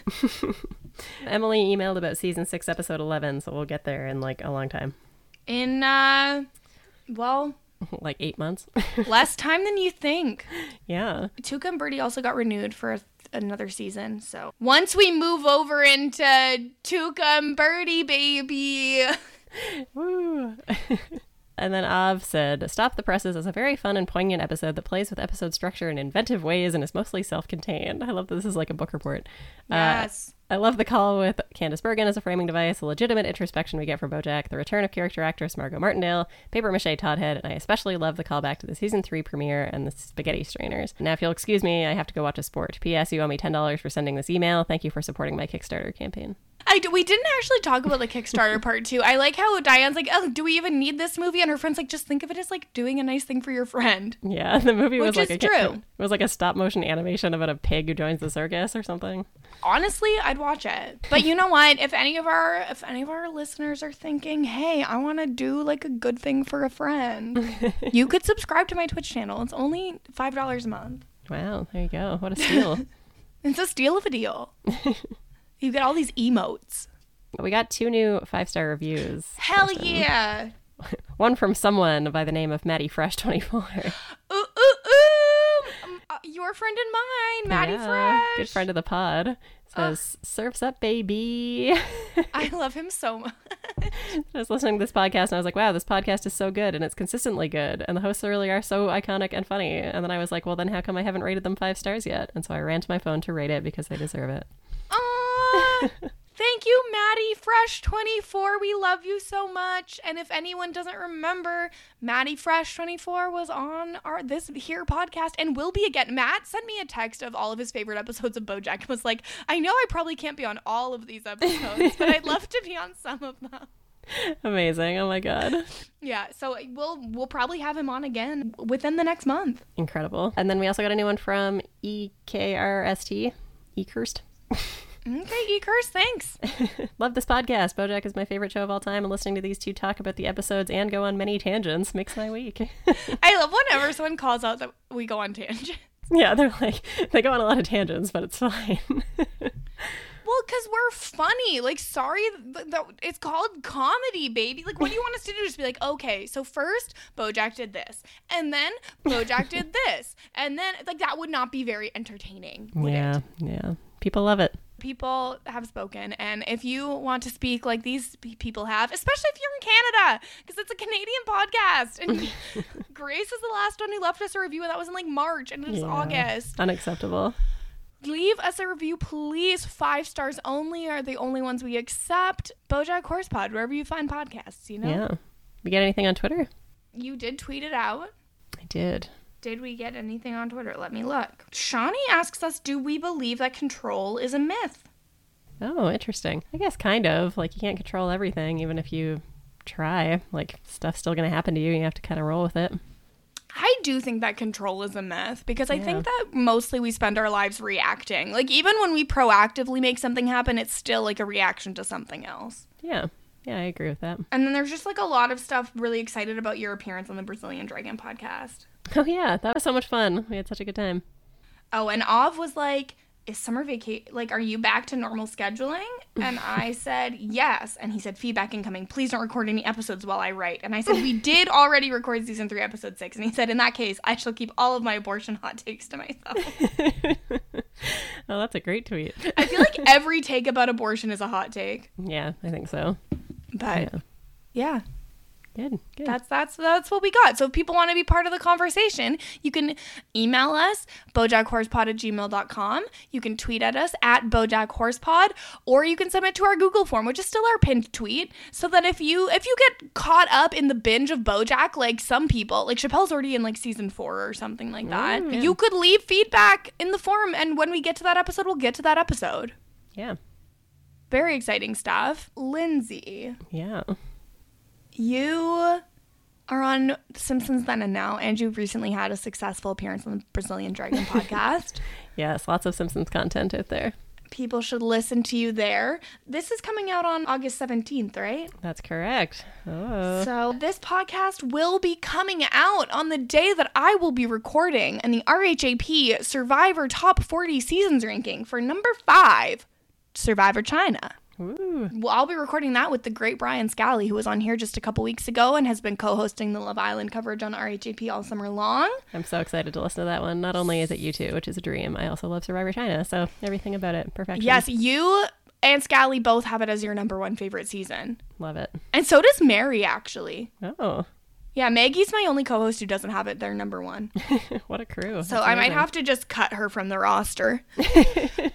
B: Emily emailed about season six, episode 11, so we'll get there in like a long time
A: In uh, well,
B: like eight months.
A: less time than you think.
B: yeah.
A: Tuca and Birdie also got renewed for a- another season. So once we move over into Tuca and Birdie, baby.
B: Woo. and then Av said, Stop the Presses is a very fun and poignant episode that plays with episode structure in inventive ways and is mostly self contained. I love that this is like a book report. Uh,
A: Yes.
B: I love the call with Candace Bergen as a framing device, the legitimate introspection we get from Bojack, the return of character actress Margot Martindale, paper mache Toddhead, and I especially love the callback to the season three premiere and the spaghetti strainers. Now, if you'll excuse me, I have to go watch a sport. P.S. You owe me $10 for sending this email. Thank you for supporting my Kickstarter campaign.
A: I d- we didn't actually talk about the Kickstarter part too. I like how Diane's like, oh, do we even need this movie? And her friend's like, just think of it as like doing a nice thing for your friend.
B: Yeah, the movie was
A: Which
B: like
A: is
B: a
A: true.
B: It was like a stop motion animation about a pig who joins the circus or something.
A: Honestly, I'd watch it. But you know what? If any of our if any of our listeners are thinking, hey, I want to do like a good thing for a friend, you could subscribe to my Twitch channel. It's only five dollars a month.
B: Wow, there you go. What a steal.
A: It's a steal of a deal. you get all these emotes.
B: we got two new five star reviews.
A: Hell yeah!
B: One from someone by the name of Maddie Fresh twenty four.
A: Ooh ooh ooh! Um, uh, your friend and mine, Maddie Fresh.
B: Good friend of the pod. Says serves up baby.
A: I love him so much.
B: I was listening to this podcast and I was like, wow, this podcast is so good and it's consistently good. And the hosts really are so iconic and funny. And then I was like, well, then how come I haven't rated them five stars yet? And so I ran to my phone to rate it because they deserve it.
A: Aw, thank you, Maddie Fresh twenty four. We love you so much. And if anyone doesn't remember, Maddie Fresh twenty four was on our this here podcast and will be again. Matt sent me a text of all of his favorite episodes of BoJack and was like, "I know I probably can't be on all of these episodes, but I'd love to be on some of them."
B: Amazing. Oh my God.
A: Yeah, so we'll we'll probably have him on again within the next month.
B: Incredible. And then we also got a new one from E EKRST, Ekurst.
A: Okay, E curse, thanks.
B: Love this podcast. Bojack is my favorite show of all time, and listening to these two talk about the episodes and go on many tangents makes my week.
A: I love whenever someone calls out that we go on tangent.
B: yeah, they're like, they go on a lot of tangents, but it's fine.
A: Well, because we're funny. Like, sorry, th- th- it's called comedy, baby. Like, what do you want us to do? Just be like, okay, so first, Bojack did this, and then Bojack did this, and then, like, that would not be very entertaining. Would it?
B: yeah, yeah. People love it.
A: People have spoken, and if you want to speak like these pe- people have, especially if you're in Canada, because it's a Canadian podcast, and Grace is the last one who left us a review, and that was in like March, and it's
B: Yeah.
A: August.
B: Unacceptable.
A: Leave us a review, please. Five stars only are the only ones we accept. Bojack Horse Pod, wherever you find podcasts, you know?
B: Yeah. We get anything on Twitter?
A: You did tweet it out.
B: I did.
A: Did we get anything on Twitter? Let me look. Shawnee asks us, do we believe that control is a myth?
B: Oh, interesting. I guess kind of. Like, you can't control everything, even if you try. Like, stuff's still going to happen to you. You have to kind of roll with it.
A: I do think that control is a myth because I
B: Yeah.
A: think that mostly we spend our lives reacting. Like, even when we proactively make something happen, it's still like a reaction to something else.
B: Yeah. Yeah, I agree with that.
A: And then there's just like a lot of stuff really excited about your appearance on the Brazilian Dragon podcast.
B: Oh yeah, that was so much fun. We had such a good time.
A: Oh, and Av was like, "Is summer vacation like? Are you back to normal scheduling?" And I said, "Yes." And he said, "Feedback incoming. Please don't record any episodes while I write." And I said, "We did already record season three, episode six. And he said, "In that case, I shall keep all of my abortion hot takes to myself."
B: Oh, that's a great tweet.
A: I feel like every take about abortion is a hot take,
B: yeah, I think so.
A: but
B: Yeah.
A: yeah.
B: Good. Good.
A: That's that's that's what we got. So if people want to be part of the conversation, you can email us, bojackhorsepod at gmail.com. You can tweet at us at bojackhorsepod, or you can submit to our Google form, which is still our pinned tweet, so that if you if you get caught up in the binge of Bojack, like some people, like Chappelle's already in like season four or something like that,
B: Mm, yeah.
A: you could leave feedback in the form and when we get to that episode, we'll get to that episode.
B: yeah.
A: Very exciting stuff. Lindsay.
B: Yeah.
A: You are on The Simpsons Then and Now, and you recently had a successful appearance on the Brazilian Dragon podcast.
B: Yes, lots of Simpsons content out there.
A: People should listen to you there. This is coming out on August 17th, right?
B: That's correct. Oh.
A: So, this podcast will be coming out on the day that I will be recording in the RHAP Survivor Top 40 Seasons ranking for number five, Survivor China.
B: Ooh.
A: Well, I'll be recording that with the great Brian Scally, who was on here just a couple weeks ago and has been co hosting the Love Island coverage on RHAP all summer long.
B: I'm so excited to listen to that one. Not only is it you two, which is a dream, I also love Survivor China. So everything about it, perfection.
A: Yes, you and Scally both have it as your number one favorite season.
B: Love it.
A: And so does Mary, actually.
B: Oh,
A: Yeah, Maggie's my only co host who doesn't have it their number one.
B: what a crew.
A: So I might have to just cut her from the roster.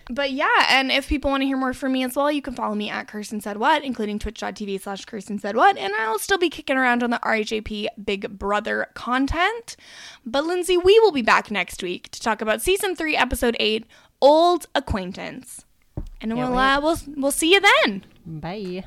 A: but yeah, and if people want to hear more from me as well, you can follow me at Kirsten Said What, including twitch.tv slash Kirsten Said What, and I'll still be kicking around on the RHAP Big Brother content. But Lindsay, we will be back next week to talk about season three, episode eight, Old Acquaintance. And we'll,
B: wait.
A: uh, we'll, we'll see you then.
B: Bye.